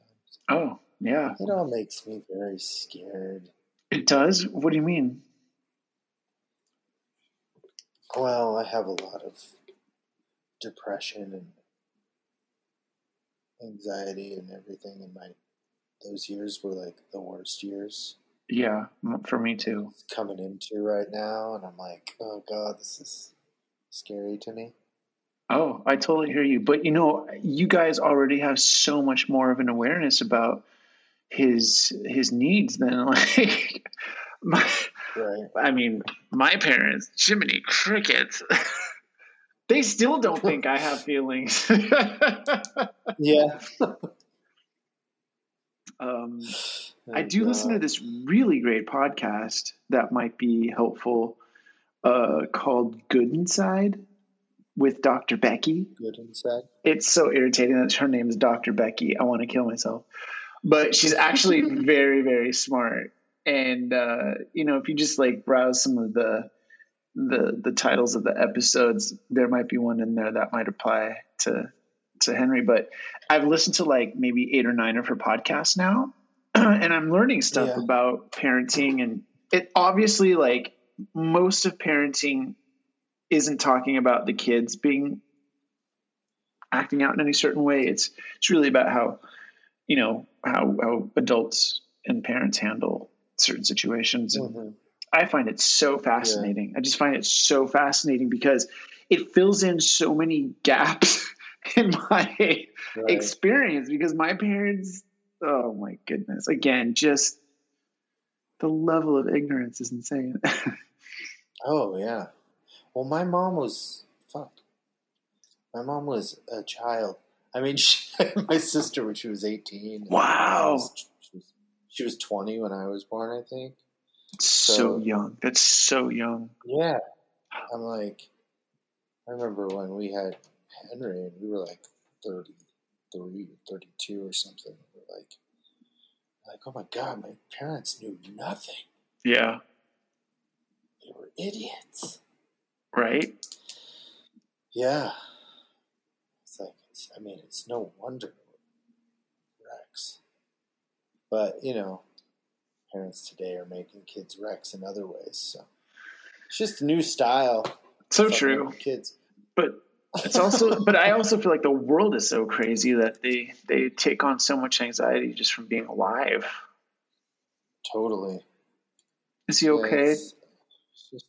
B: Oh, yeah.
A: It all makes me very scared.
B: It does? What do you mean?
A: Well, I have a lot of depression and anxiety and everything in my those years were like the worst years
B: Yeah, m- for me too.
A: it's coming into right now and I'm like, oh god, this is scary to me.
B: Oh, I totally hear you. But you know, you guys already have so much more of an awareness about his his needs than like my
A: Right.
B: I mean, my parents, Jiminy Crickets, they still don't think I have feelings.
A: Yeah.
B: um,
A: Oh,
B: I do listen to
A: God.
B: this really great podcast that might be helpful uh, called Good Inside with Dr. Becky.
A: good inside.
B: It's so irritating that her name is Dr. Becky. I want to kill myself. But she's actually very, very smart. And, uh, you know, if you just like browse some of the, the, the titles of the episodes, there might be one in there that might apply to, to Henry. But I've listened to like maybe eight or nine of her podcasts now. and I'm learning stuff
A: Yeah.
B: about parenting. And it obviously, like, most of parenting isn't talking about the kids being acting out in any certain way. It's it's really about how you know how how adults and parents handle certain situations. And
A: Mhm.
B: I find it so fascinating. I just find it so fascinating because it fills in so many gaps in my
A: Right.
B: experience because my parents oh my goodness again just the level of ignorance is insane
A: Oh yeah. Well, my mom was fuck. My mom was a child. I mean, she, my sister when she was eighteen. and I
B: wow
A: was- she, was, she was twenty when I was born, I think.
B: so,
A: So-
B: young that's so young
A: Yeah. I'm like, I remember when we had Henry and we were like 33, 32 or something. We're like, like, oh my god, my parents knew nothing.
B: yeah
A: They were idiots.
B: right
A: Yeah. It's like, it's, I mean, it's no wonder Rex. But, you know, parents today are making kids Rex in other ways. So it's just a new style.
B: so
A: Fucking
B: true
A: up Kids.
B: but it's also but i also feel like the world is so crazy that they they take on so much anxiety just from being alive
A: Totally.
B: is he
A: Yeah,
B: okay
A: it's- it's just-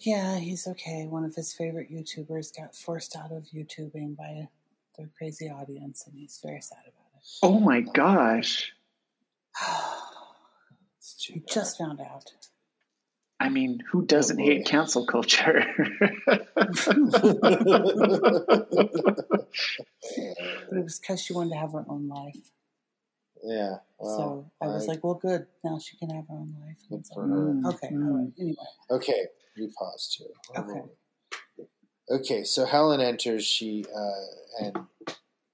C: Yeah, he's okay. One of his favorite YouTubers got forced out of YouTubing by their crazy audience, and he's very sad about it.
B: oh my gosh
A: it's too
C: he
A: bad.
C: just found out.
B: i mean
C: Oh
B: who doesn't
A: boy.
B: hate cancel culture
C: But it was because she wanted to have her own life.
A: yeah. Well,
C: so I was
A: I-
C: like, mm. well, good. Now she can have her own life. And
A: Good
C: it's
A: for her.
C: like, okay, all right. Anyway,
A: Okay, you paused here. Where were
C: Okay.
A: we? Okay, so Helen enters. She uh, and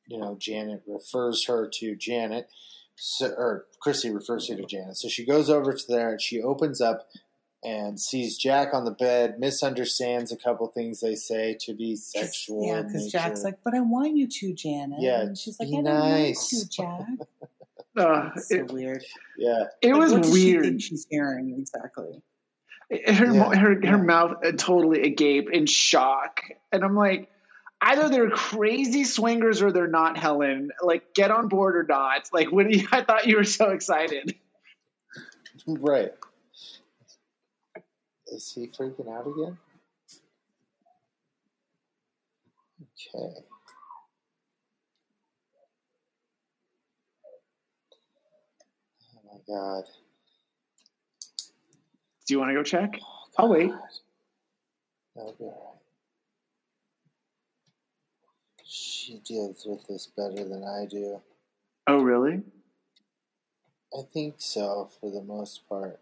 A: you know Janet refers her to Janet, so, or Chrissy refers her to Janet. So she goes over to there and she opens up and sees Jack on the bed. Misunderstands a couple things they say to be
C: 'Cause-
A: sexual.
C: yeah,
A: in
C: because
A: nature.
C: Jack's like, but I want you to, Janet.
A: Yeah,
C: and she's like,
A: be
C: I
A: nice.
C: don't want to,
B: Uh,
C: Jack. It's so
B: it,
C: weird.
A: yeah,
B: it
C: Like,
B: was
C: what does
B: weird
C: she think she's hearing exactly?
B: her mo-
A: Yeah.
B: her her
A: Yeah.
B: mouth uh, totally agape in shock, and I'm like, either they're crazy swingers or they're not, Helen. Like, get on board or not. Like, what? do you- I thought you were so excited.
A: right. Is he freaking out again? Okay. Oh my god.
B: Do you want to go check?
A: Oh,
B: I'll wait.
A: God. That'll be alright. She deals with this better than I do.
B: Oh, really?
A: I think so, for the most part.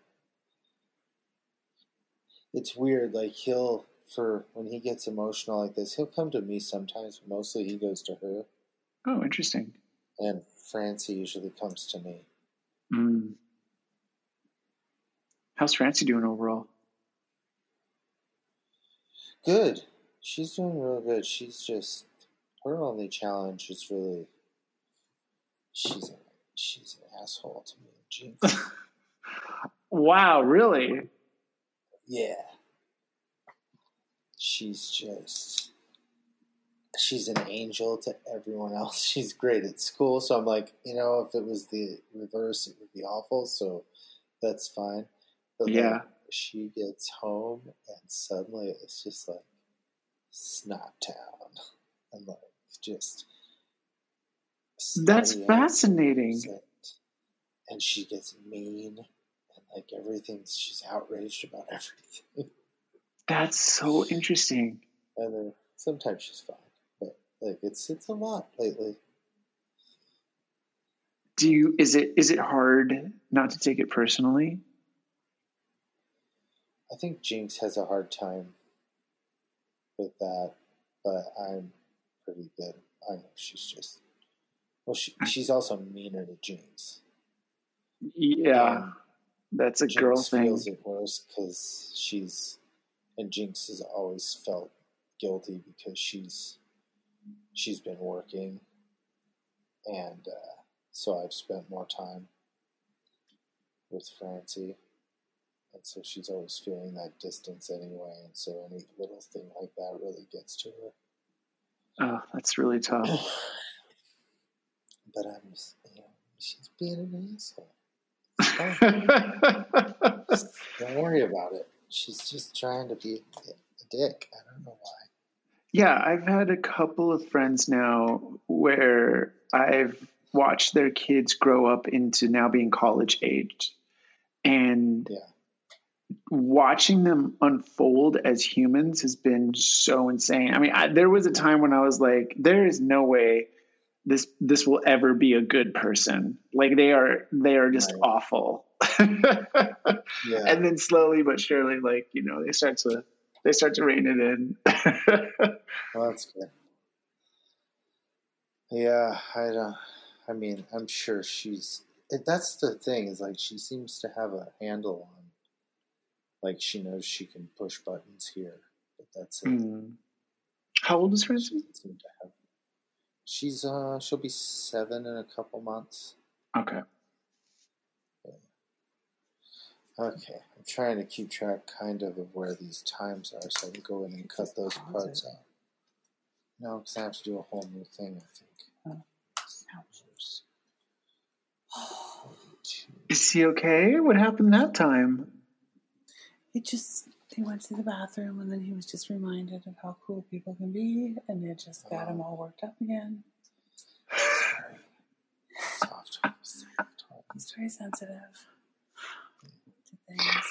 A: It's weird, like, he'll, for when he gets emotional like this, he'll come to me sometimes, but mostly he goes to her.
B: Oh, interesting.
A: and Francie usually comes to me.
B: Mm. How's Francie doing overall?
A: Good. She's doing real good. She's just her only challenge is really she's a, she's an asshole to me. Jinx.
B: Wow, really?
A: yeah. She's just she's an angel to everyone else. She's great at school, so I'm like, you know, if it was the reverse, it would be awful. So that's fine. But like,
B: Yeah.
A: she gets home and suddenly it's just like snot town and like just
B: That's
A: snotty ass
B: fascinating.
A: upset. and she gets mean and like everything's she's outraged about everything
B: That's so interesting.
A: and then sometimes she's fine but like it's it's a lot lately
B: Do you is it is it hard not to take it personally?
A: i think jinx has a hard time with that but i'm pretty good i know she's just well she, she's also meaner to jinx
B: Yeah,
A: And
B: that's a
A: jinx
B: girl thing.
A: feels it worse because she's and jinx has always felt guilty because she's she's been working and uh, so i've spent more time with francie and so she's always feeling that distance anyway and so any little thing like that really gets to her
B: Oh, that's really tough.
A: but i'm just, you know she's being an asshole
B: yeah,
A: don't worry about it she's just trying to be a a dick i don't know why
B: I've had a couple of friends now where I've watched their kids grow up into now being college aged and
A: Yeah.
B: watching them unfold as humans has been so insane. I mean, I, there was a time when I was like, there is no way this this will ever be a good person. Like they are they are just
A: Right.
B: awful.
A: yeah
B: and then slowly but surely like you know they start to they start to rein it in
A: Well, that's good. Yeah, I don't. I mean, I'm sure she's. It, that's the thing is like she seems to have a handle on. Like she knows she can push buttons here, but that's
B: Hmm.
A: it.
B: how old is
A: She
B: francie
A: doesn't seem to have. She's uh, she'll be seven in a couple months.
B: okay
A: Okay, I'm trying to keep track kind of of where these times are, so I can go in and cut those parts out. No, because I have to do a whole new thing. I think. Hours. Two.
B: is he okay what happened that time
C: He just he went to the bathroom and then he was just reminded of how cool people can be, and it just got him all worked up again.
A: Sorry. Soft home, soft home.
C: He's very sensitive to things.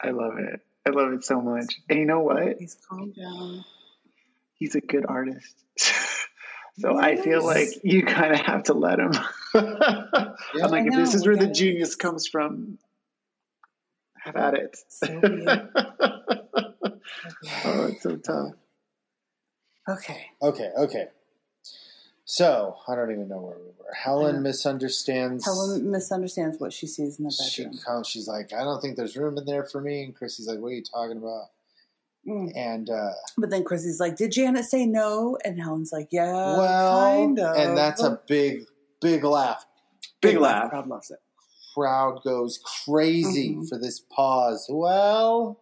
B: i love it i love it so much and you know what
C: He's calmed down.
B: he's a good artist so i feel like
C: Yes.
B: you kind of have to let him i'm like
C: I
B: if this
C: know,
B: is where
C: we
B: the
C: gotta-
B: genius comes from have at it
C: So be it.
B: oh it's so tough
C: Okay.
A: Okay, okay. So I don't even know where we were. Helen misunderstands.
C: Helen misunderstands what she sees in the
A: she
C: bedroom.
A: comes. She's like, I don't think there's room in there for me. And Chrissy's like, What are you talking about?
C: Mm.
A: And uh,
C: But then Chrissy's like, "Did Janet say no?" And Helen's like, "Yeah,
A: well,
C: Uh, kind of."
A: and that's a big, big laugh.
B: big laugh
C: Crowd loves it.
A: Crowd goes crazy
C: Mhm.
A: for this pause. Well,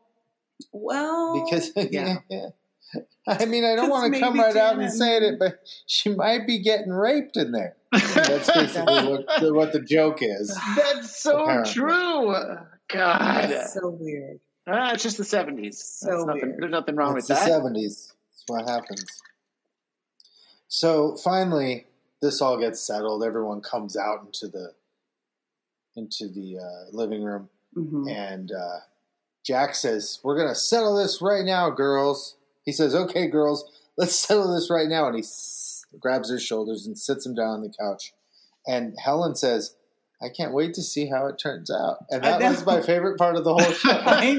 C: Well,
A: because
C: yeah,
A: I mean, I don't
C: 'Cause
A: want to come
C: maybe
A: right out and
C: Janet-
A: say it, but she might be getting raped in there. That's basically what, the, what the joke is.
B: That's so
A: Apparently.
B: true. God,
C: that's so weird.
B: ah, it's just the seventies.
C: So weird.
B: There's nothing wrong
A: it's
B: with that.
A: the 70s. That's what happens. So finally, this all gets settled. Everyone comes out into the into the uh, living room,
C: hmm
A: and uh, Jack says, "We're gonna settle this right now, girls." He says, "Okay, girls, let's settle this right now." And he s- grabs her shoulders and sits him down on the couch. And Helen says, "I can't wait to see how it turns out." And
C: I
A: that
C: know.
A: was my favorite part of the whole show.
C: I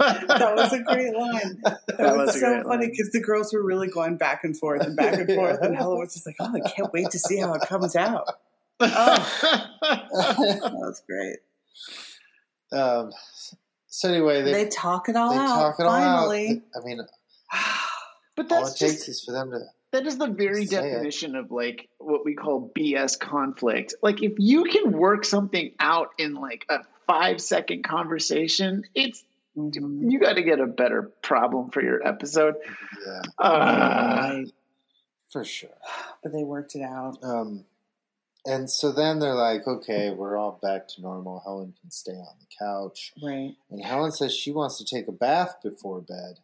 C: that was a great line. That,
B: That
C: was,
B: was a
C: so
B: great
C: funny
B: line.
C: because the girls were really going back and forth and back and forth, and Helen was just like, "Oh, I can't wait to see how it comes out." That was great.
A: um, so anyway,
C: They,
A: they, they,
C: talk it all out.
A: talk it all
C: finally,
A: out. I mean,
B: but
A: all
B: that's
A: it takes
B: just
A: is for them to.
B: that is the very
A: Say it.
B: definition of like what we call BS conflict. Like if you can work something out in like a five second conversation, it's
C: Mhm.
B: you got to get a better problem for your episode.
A: Yeah,
B: Uh,
A: for sure.
C: but they worked it out.
A: Um, and so then they're like, okay, we're all back to normal. Helen can stay on the couch.
C: Right.
A: And Helen says she wants to take a bath before bed.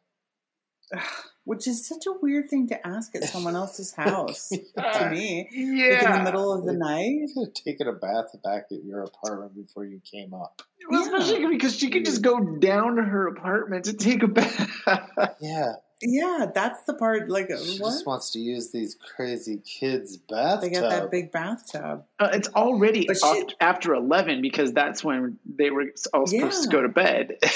C: Which is such a weird thing to ask at someone else's house to me.
B: yeah.
C: Like in the middle of the night.
A: You could have taken a bath back at your apartment before you came up.
B: Well,
C: Yeah.
B: especially because she could just go down to her apartment to take a bath.
A: Yeah,
C: Yeah, that's the part. Like,
A: she just
C: what?
A: wants to use these crazy kids' bathtub.
C: They got that big bathtub.
B: Uh, it's already
C: But she-
B: off- after 11 because that's when they were all supposed to
C: Yeah.
B: go to bed.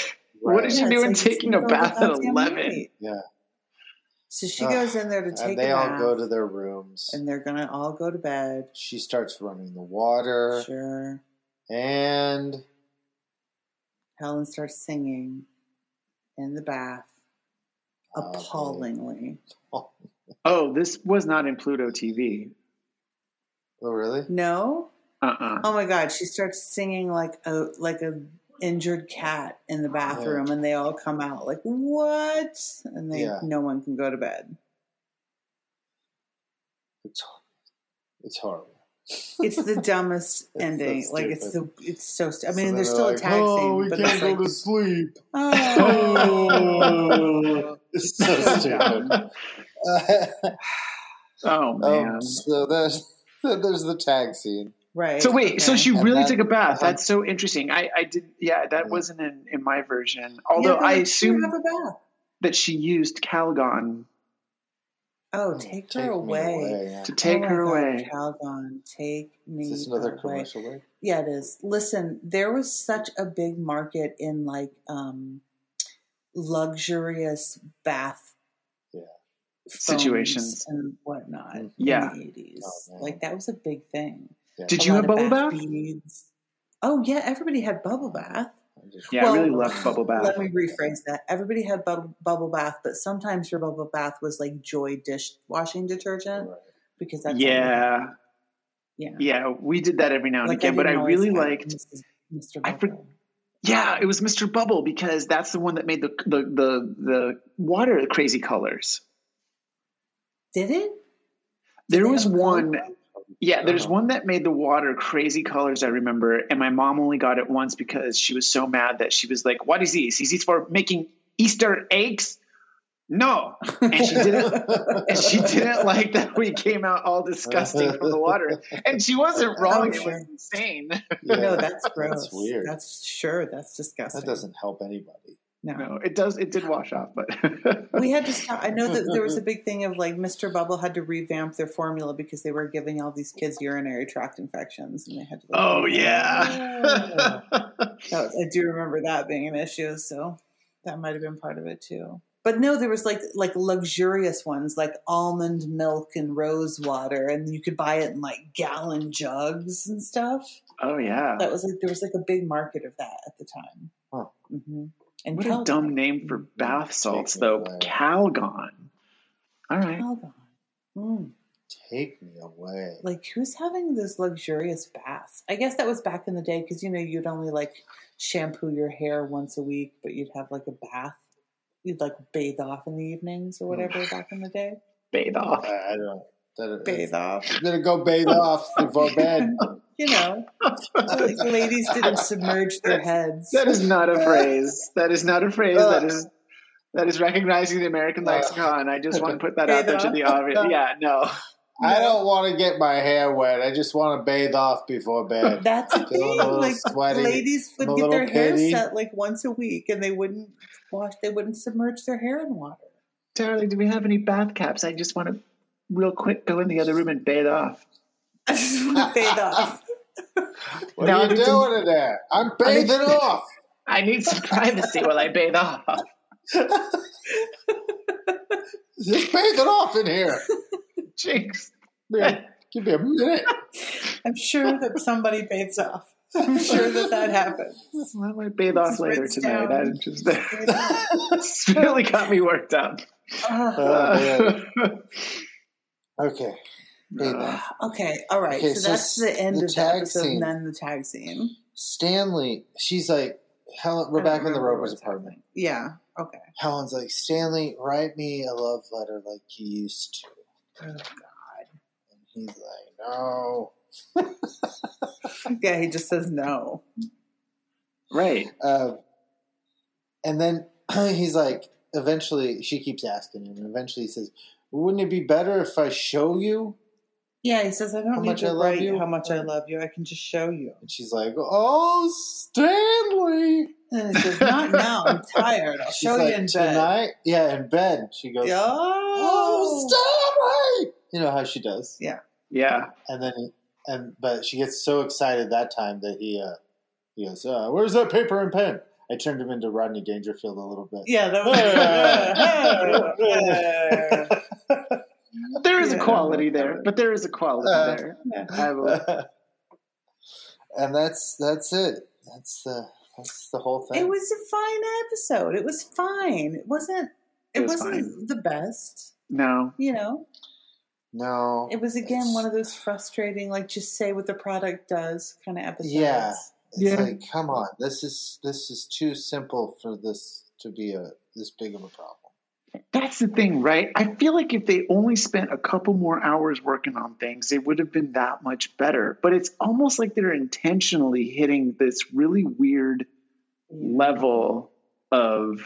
A: Right.
B: What is she
C: Yeah, it's
B: doing
C: like, it's
B: taking a
C: middle of the
B: bath at
C: goddamn
B: 11?
C: night.
A: Yeah.
C: So she
A: Ugh.
C: goes in there to take
A: and they
C: a
A: all
C: bath,
A: go to their rooms.
C: and they're gonna all go to bed.
A: she starts running the water,
C: Sure.
A: and
C: Helen starts singing in the bath,
A: Oh, babe.
C: appallingly.
B: Oh, this was not in Pluto TV.
A: oh, really?
C: No.
B: Uh-uh.
C: Oh my God! She starts singing like a like a injured cat in the bathroom, and they all come out like what? And they
A: Yeah.
C: no one can go to bed.
A: It's it's horrible.
C: It's the dumbest
A: It's so
C: ending. like it's the
A: stupid.
C: it's so. St- I
A: So
C: mean,
A: then
C: there's
A: they're
C: still a
A: like,
C: tag
A: oh,
C: scene,
A: we
C: but
A: can't
C: it's
A: go
C: like
A: to sleep.
C: oh.
A: It's so stupid.
B: Oh, man.
A: um, so then, then there's the tag scene.
C: right.
B: so wait, so
C: okay.
B: she
A: And
B: really
A: that-
B: took a bath.
A: uh-huh.
B: That's so interesting. I, I did, yeah, that
A: Yeah.
B: wasn't in, in my version.
C: Yeah,
B: Although
C: they're
B: I
C: like, "Sure,
B: assume
C: have a bath.
B: that she used Calgon
C: Oh, take her
A: me
C: away.
A: yeah.
B: to take
C: Oh
B: her
C: my God,
B: away.
C: Calgon, take me
A: Is this another
C: away.
A: commercial break?
C: Yeah, it is. Listen, there was such a big market in like um luxurious bath
A: Yeah. Mm-hmm.
C: foams
B: Situations.
C: and whatnot. in
B: Yeah.
C: the eighties,
A: Oh, man.
C: like that was a big thing.
A: Yeah.
B: Did
C: A
B: you
C: lot
B: have bubble
C: of
B: bath?
C: beads. Oh yeah, everybody had bubble bath.
A: I just-
B: Yeah, I really loved bubble bath.
C: Let me rephrase that. Everybody had bub- bubble bath, but sometimes your bubble bath was like Joy dishwashing detergent
A: Right.
C: because that's all we had.
B: yeah,
C: yeah,
B: yeah, we did that every now and
C: Like,
B: again. But I
C: didn't always
B: really
C: have
B: liked,
C: Mrs. Mr.
B: I for-
C: Bubble.
B: yeah, it was Mr. Bubble because that's the one that made the the the, the water crazy colors.
C: Did it? Did Oh,
B: There
C: they
B: was
C: have a color
B: one,
C: palette?
B: yeah, there's
A: Uh-huh.
B: one that made the water crazy colors. I remember, and my mom only got it once because she was so mad that she was like, "What is this? Is this for making Easter eggs?" No, and she didn't and she didn't like that we came out all disgusting from the water. And she wasn't wrong;
C: Oh,
B: it
C: sure.
B: was insane.
A: Yeah,
C: No, that's gross.
A: That's weird.
C: That's sure. That's disgusting.
A: that doesn't help anybody.
C: No.
B: No, it does. It did wash off, but
C: We had to stop. I know that there was a big thing of like Mr. Bubble had to revamp their formula because they were giving all these kids urinary tract infections, and they had to. Like,
B: oh yeah,
C: That was- I do remember that being an issue, so that might have been part of it too. But no, there was like like luxurious ones like almond milk and rose water, and you could buy it in like gallon jugs and stuff.
B: oh yeah.
C: That was like there was like a big market of that at the time.
A: Huh.
C: hmm And
B: What a
C: Calgon.
B: dumb name for bath salts,
A: Take me
B: though.
A: away.
B: Calgon. All right.
C: Calgon. Mm.
A: Take me away.
C: Like who's having those luxurious baths? I guess that was back in the day because you know you'd only like shampoo your hair once a week, but you'd have like a bath. You'd like bathe off in the evenings
A: Mm.
C: or whatever back in the day.
B: Bathe
A: I,
B: off.
A: I don't. That,
C: Bathe off,
A: I'm gonna go bathe off before bed.
C: you know. Like ladies didn't submerge their heads.
B: That is not a phrase. That is not a phrase. That is that is recognizing the American
A: Uh.
B: lexicon. I just want to put that
C: Bathe
B: out there to
C: off.
B: the audience. Yeah, no.
A: I don't want to get my hair wet. I just want to bathe off before bed.
C: That's a
A: Feeling a
C: thing.
A: little
C: Like
A: sweaty.
C: ladies
A: I'm a
C: would get their
A: little
C: hair
A: pity.
C: set like once a week, and they wouldn't wash. They wouldn't submerge their hair in water.
B: Darling, do we have any bath caps? I just want to real quick go in the other room and bathe off.
C: I just want to bathe off.
A: What
B: Now
A: are you
B: there's a-
A: doing in there? I'm bathing off.
B: I need some privacy while I bathe off.
A: Just bathe it off in here.
B: Jinx.
A: Yeah, give me a minute.
C: I'm sure that somebody bathes off. I'm sure that that happens.
B: I might bathe off
C: Just
B: later
C: rinse
B: tonight.
C: down.
B: I'm just it's really got me worked up.
C: Ugh.
A: Oh, Okay. Bathe
B: Uh,
A: off.
C: okay, all right.
A: Okay,
C: so,
A: so
C: that's
A: s-
C: the end
A: the
C: of the
A: tag
C: episode,
A: scene.
C: and then the tag scene.
A: Stanley, she's like, Helen,
C: I
A: we're
C: don't
A: back in the
C: remember
A: Roper's
C: what's
A: apartment.
C: happening. Yeah. Okay.
A: Helen's like, Stanley, write me a love letter like you used to.
C: Oh, God.
A: And he's like, no.
C: Yeah, he just says no.
B: right.
A: Um, and then he's like, eventually, she keeps asking him. And eventually he says, wouldn't it be better if I show you?
C: Yeah, he says, I don't
A: How
C: need
A: much
C: to
A: I love
C: write
A: you.
C: how much I love you. I can just show you.
A: And she's like, oh, Stanley.
C: And he says, Not now. I'm tired. I'll
A: She's
C: show
A: like,
C: you in bed.
A: tonight? Yeah, in bed. She goes,
C: Oh.
A: oh, Stanley. You know how she does.
B: Yeah.
A: and then he- and but she gets so excited that time that he uh he goes uh, where's that paper and pen i turned him into rodney dangerfield a little bit
C: Yeah, that was.
B: There is
C: Yeah.
B: a quality there, but there is a quality
A: Uh,
B: there. I will.
A: and that's that's it that's the that's the whole thing
C: it was a fine episode. It was fine. It wasn't. It,
B: It was
C: wasn't the best.
B: No.
C: You know,
A: no
C: it was again
A: It's-
C: one of those frustrating, like just say what the product does kind of episodes.
A: Yeah. it's
B: Yeah.
A: like come on this is this is too simple for this to be a this big of a problem
B: That's the thing, right? I feel like if they only spent a couple more hours working on things, it would have been that much better. But it's almost like they're intentionally hitting this really weird level of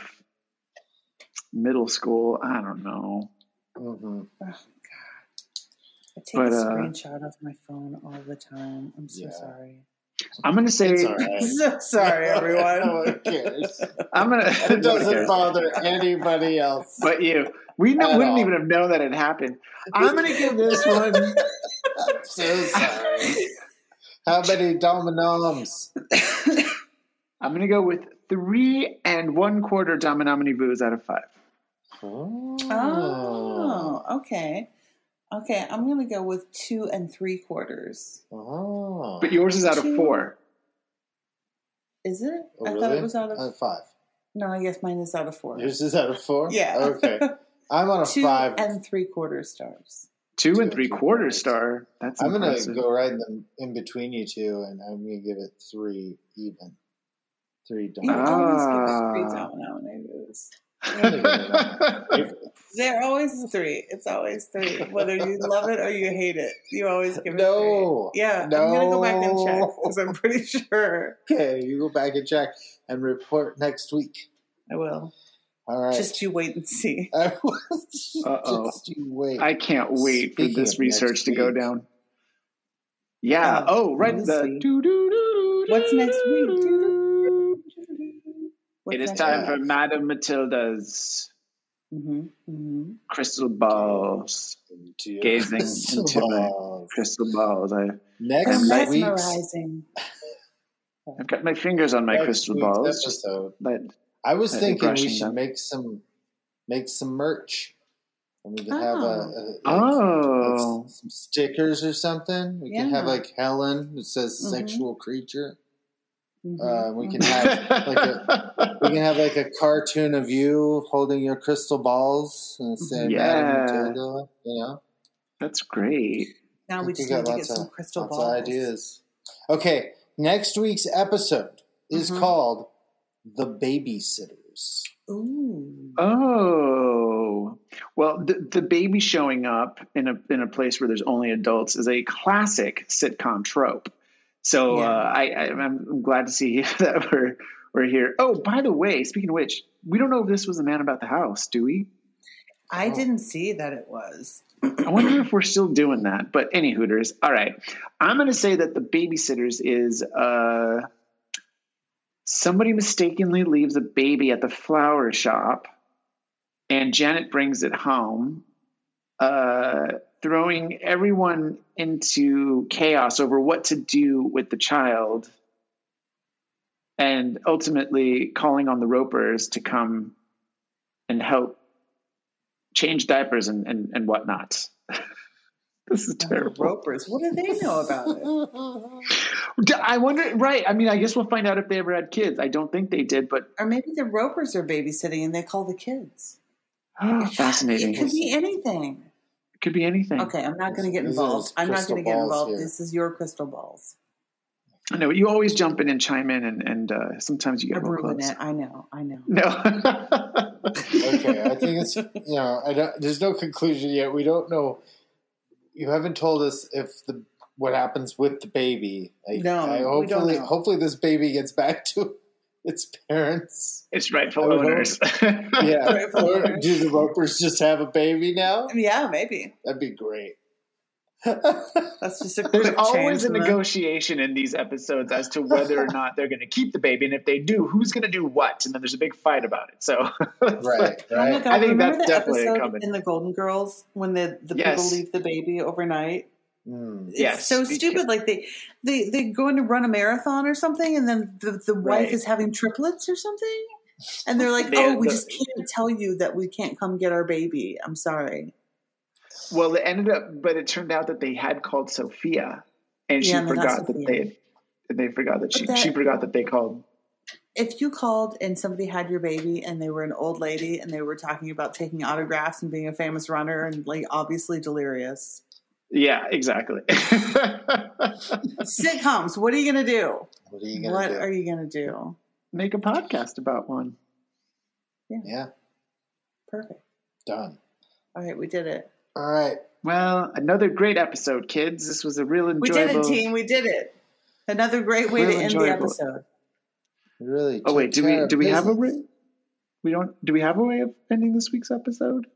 B: middle school. I don't know. Mm-hmm.
A: hmm
C: I take
B: But,
C: a
B: uh,
C: screenshot of my phone all the time. I'm so
A: Yeah.
C: sorry.
B: I'm gonna say
A: it's all right
C: So sorry, everyone.
A: Who cares?
B: I'm gonna.
A: it doesn't
B: cares?
A: bother anybody else
B: but you, we kn-
A: At
B: wouldn't
A: all.
B: even have known that it happened. I'm gonna give this one.
A: I'm so sorry. How many dominoes?
B: I'm gonna go with three and one quarter Dominomini Boos out of five.
C: Oh, okay. Okay, I'm going to go with two and three quarters.
A: Oh.
B: But yours is out of
C: Two.
B: four.
C: Is it?
A: Oh,
C: I thought
A: really?
C: it was out of.
A: Out five.
C: no, I guess mine is out of four.
A: Yours is out of four?
C: Yeah.
A: Okay. I'm on a
C: two
A: five.
C: and three quarter stars.
B: Two,
A: Two
B: and
A: and
B: three
A: three
B: quarter
A: quarters.
B: star. That's
A: I'm going to
B: impressive.
A: go right in, the, in between you two, and I'm going to give it three even. Three
C: You
B: Ah.
A: dominoes.
C: always give us three
B: Ah.
C: dominoes.
A: If-
C: They're always three. It's always three. Whether you love it or you hate it, you always give it
A: No.
C: three. Yeah, I'm gonna go back and check
A: No.
C: because I'm pretty sure
A: okay, you go back and check and report next week.
C: I will.
A: All right.
C: Just you wait and see.
A: I will just,
B: Uh-oh.
A: just you wait.
B: I can't wait
A: Speaking
B: for this
A: of next
B: research to go
A: week. Um,
B: down. Yeah.
C: Oh,
B: Oh, right.
C: we'll
B: The
C: see.
B: doo, doo, doo, doo,
C: What's
B: doo,
C: next week?
B: doo.
C: What's
B: It is
C: next
B: time
A: week?
B: for Madame Matilda's
C: week? Mhm, mhm.
B: crystal balls.
A: into your
B: Gazing
A: crystal
B: into my
A: balls.
B: Crystal balls. I,
C: I'm
A: Next
B: Next
A: week's,
C: mesmerizing.
B: I've got my fingers on my
A: next
B: crystal
A: week's
B: balls. Just
A: episode.
B: let
A: I was
B: I'd be
A: thinking we
B: brushing
A: should
B: them.
A: make some make some merch, and we could have a, a like,
B: Oh.
A: like some stickers or something. We can
C: Yeah.
A: have like Helen that says
C: Mhm.
A: "sexual creature."
C: Mhm,
A: Uh, we can
C: mhm.
A: have like a. We can have like a cartoon of you holding your crystal balls and
C: Mm-hmm.
A: say
B: Mhm.
A: Madame
B: Yeah.
A: Matilda, you know?
B: That's great.
C: Now we
A: think we
C: just
A: got
C: need to get
A: lots of-
C: some crystal
A: Lots
C: balls.
A: of ideas. Okay, next week's episode is
C: Mhm.
A: called "The Babysitters."
C: Ooh.
B: Oh. Well, the, the baby showing up in a in a place where there's only adults is a classic sitcom trope. So
C: Yeah.
B: uh, I, I I'm glad to see that we're we're here. Oh, by the way, speaking of which, we don't know if this was a man about the house, do we?
C: I
A: Oh.
C: didn't see that it was.
B: I wonder if we're still doing that. But any hooters, all right. I'm going to say that the babysitters is uh, somebody mistakenly leaves a baby at the flower shop, and Janet brings it home, uh, throwing everyone into chaos over what to do with the child. and ultimately calling on the ropers to come and help change diapers and, and, and whatnot. this is terrible.
C: Ropers, what do they know about it?
B: D- I wonder, right? I mean, I guess we'll find out if they ever had kids. I don't think they did, but
C: Or maybe the ropers are babysitting and they call the kids.
B: ah, fascinating.
C: It could be anything.
B: Could be anything.
C: Okay, I'm not going to get
A: These are
C: involved.
A: just
C: I'm not
A: crystal
C: going to get
A: balls
C: involved.
A: here.
C: This is your crystal balls.
B: I know you always jump in and chime in, and, and uh, sometimes you
C: I'm
B: get real
C: ruining
B: close.
C: it. I know. I know.
B: No.
A: okay, I think it's you know, I don't, there's no conclusion yet. We don't know. You haven't told us if the what happens with the baby. I,
C: No,
A: I
C: we don't
A: hopefully,
C: know.
A: hopefully this baby gets back to its parents.
B: it's rightful
A: I would
B: owners.
A: Yeah,
C: Right,
A: or
C: Father.
A: do the Ropers just have a baby now?
C: Yeah, maybe.
A: That'd be great.
C: That's just a quick
B: There's always a
C: change in the-
B: negotiation in these episodes as to whether or not they're going to keep the baby, and if they do, who's going to do what, and then there's a big fight about it. So,
A: right,
C: Oh my
A: right.
C: God,
B: I think that's
C: remember the
B: definitely
C: episode
B: coming.
C: in the Golden Girls when the, the
B: Yes.
C: people leave the baby overnight.
A: Mm.
C: It's
B: Yes,
C: so
B: because-
C: stupid. Like they they they going to run a marathon or something, and then the, the
B: Right.
C: wife is having triplets or something, and they're like,
B: They-
C: "Oh, we
B: the-
C: just can't tell you that we can't come get our baby. I'm sorry."
B: well, it ended up, but it turned out that they had called Sophia, and
C: Yeah,
B: she
C: and they got
B: forgot that
C: Sophia.
B: they had, they forgot that she
C: But that-
B: she forgot that they called.
C: If you called and somebody had your baby and they were an old lady and they were talking about taking autographs and being a famous runner and like obviously delirious
B: Yeah, exactly.
C: sitcoms, what are you gonna do?
A: What are you gonna
C: What
A: do?
C: are you gonna do?
B: Make a podcast about one.
A: yeah,
C: Perfect.
A: done.
C: All right, we did it.
A: All right.
B: Well, another great episode, kids. This was a real enjoyable.
C: We did it, team. We did it. Another great way
B: Real
C: to end the
B: enjoyable.
C: episode.
A: We Really.
B: Oh wait,
A: took
B: do
A: care
B: we
A: of
B: do we have a
A: business.
B: re- we don't do we have a way of ending this week's episode?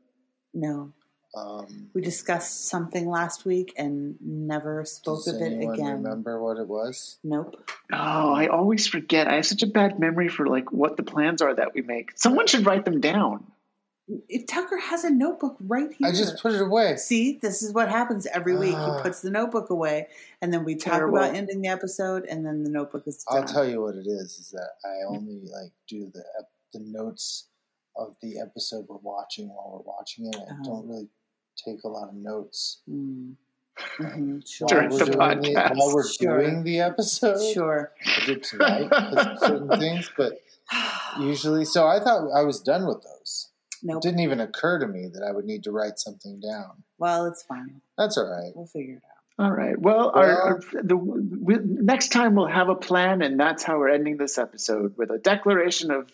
C: No.
A: Um,
C: We discussed something last week and never spoke
A: does
C: of it
A: anyone
C: again.
A: remember what it was?
C: Nope.
B: Oh, I always forget. I have such a bad memory for like what the plans are that we make. Someone should write them down.
C: If Tucker has a notebook right here.
A: I just put it away.
C: See, this is what happens every week.
A: Ah.
C: he puts the notebook away, and then we talk
B: Terrible.
C: about ending the episode, and then the notebook is done.
A: I'll tell you what it is: is that I only like do the ep- the notes of the episode we're watching while we're watching it. I
C: Oh.
A: don't really take a lot of notes
C: Mm. Mhm, Sure.
B: During
A: we're
B: the
A: doing
B: podcast.
A: while we're
C: Sure.
A: doing the episode.
C: Sure.
A: I did tonight 'cause of certain things, but usually, so I thought I was done with those. It
C: Nope.
A: didn't even occur to me that I would need to write something down.
C: Well, it's fine.
A: That's all right.
C: We'll figure it out.
B: All right. Well, our, our the we, next time we'll have a plan, and that's how we're ending this episode with a declaration of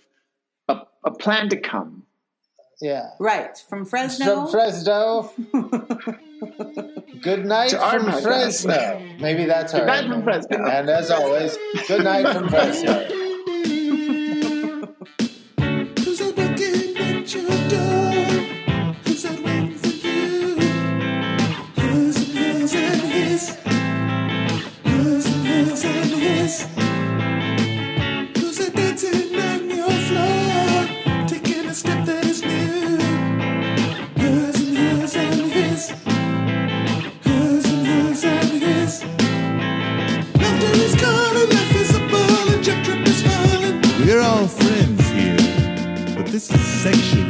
B: a, a plan to come.
A: Yeah.
C: Right. From Fresno.
A: From Fresno. good night
B: To our
A: from
B: podcast.
A: Fresno. Maybe that's our
B: Good night
A: ending.
B: from Fresno.
A: And as always, good night from Fresno.
D: Who's that knocking at your door? Who's that waiting for you? Who's the blues and hiss? Who's the blues and hiss? Who's that dancing on your floor? Taking a step that is new. Who's the blues and hiss? Who's the blues and hiss? Laughter is calling, life is a ball, and your trip is falling.
E: We're all friends here, but this is sexual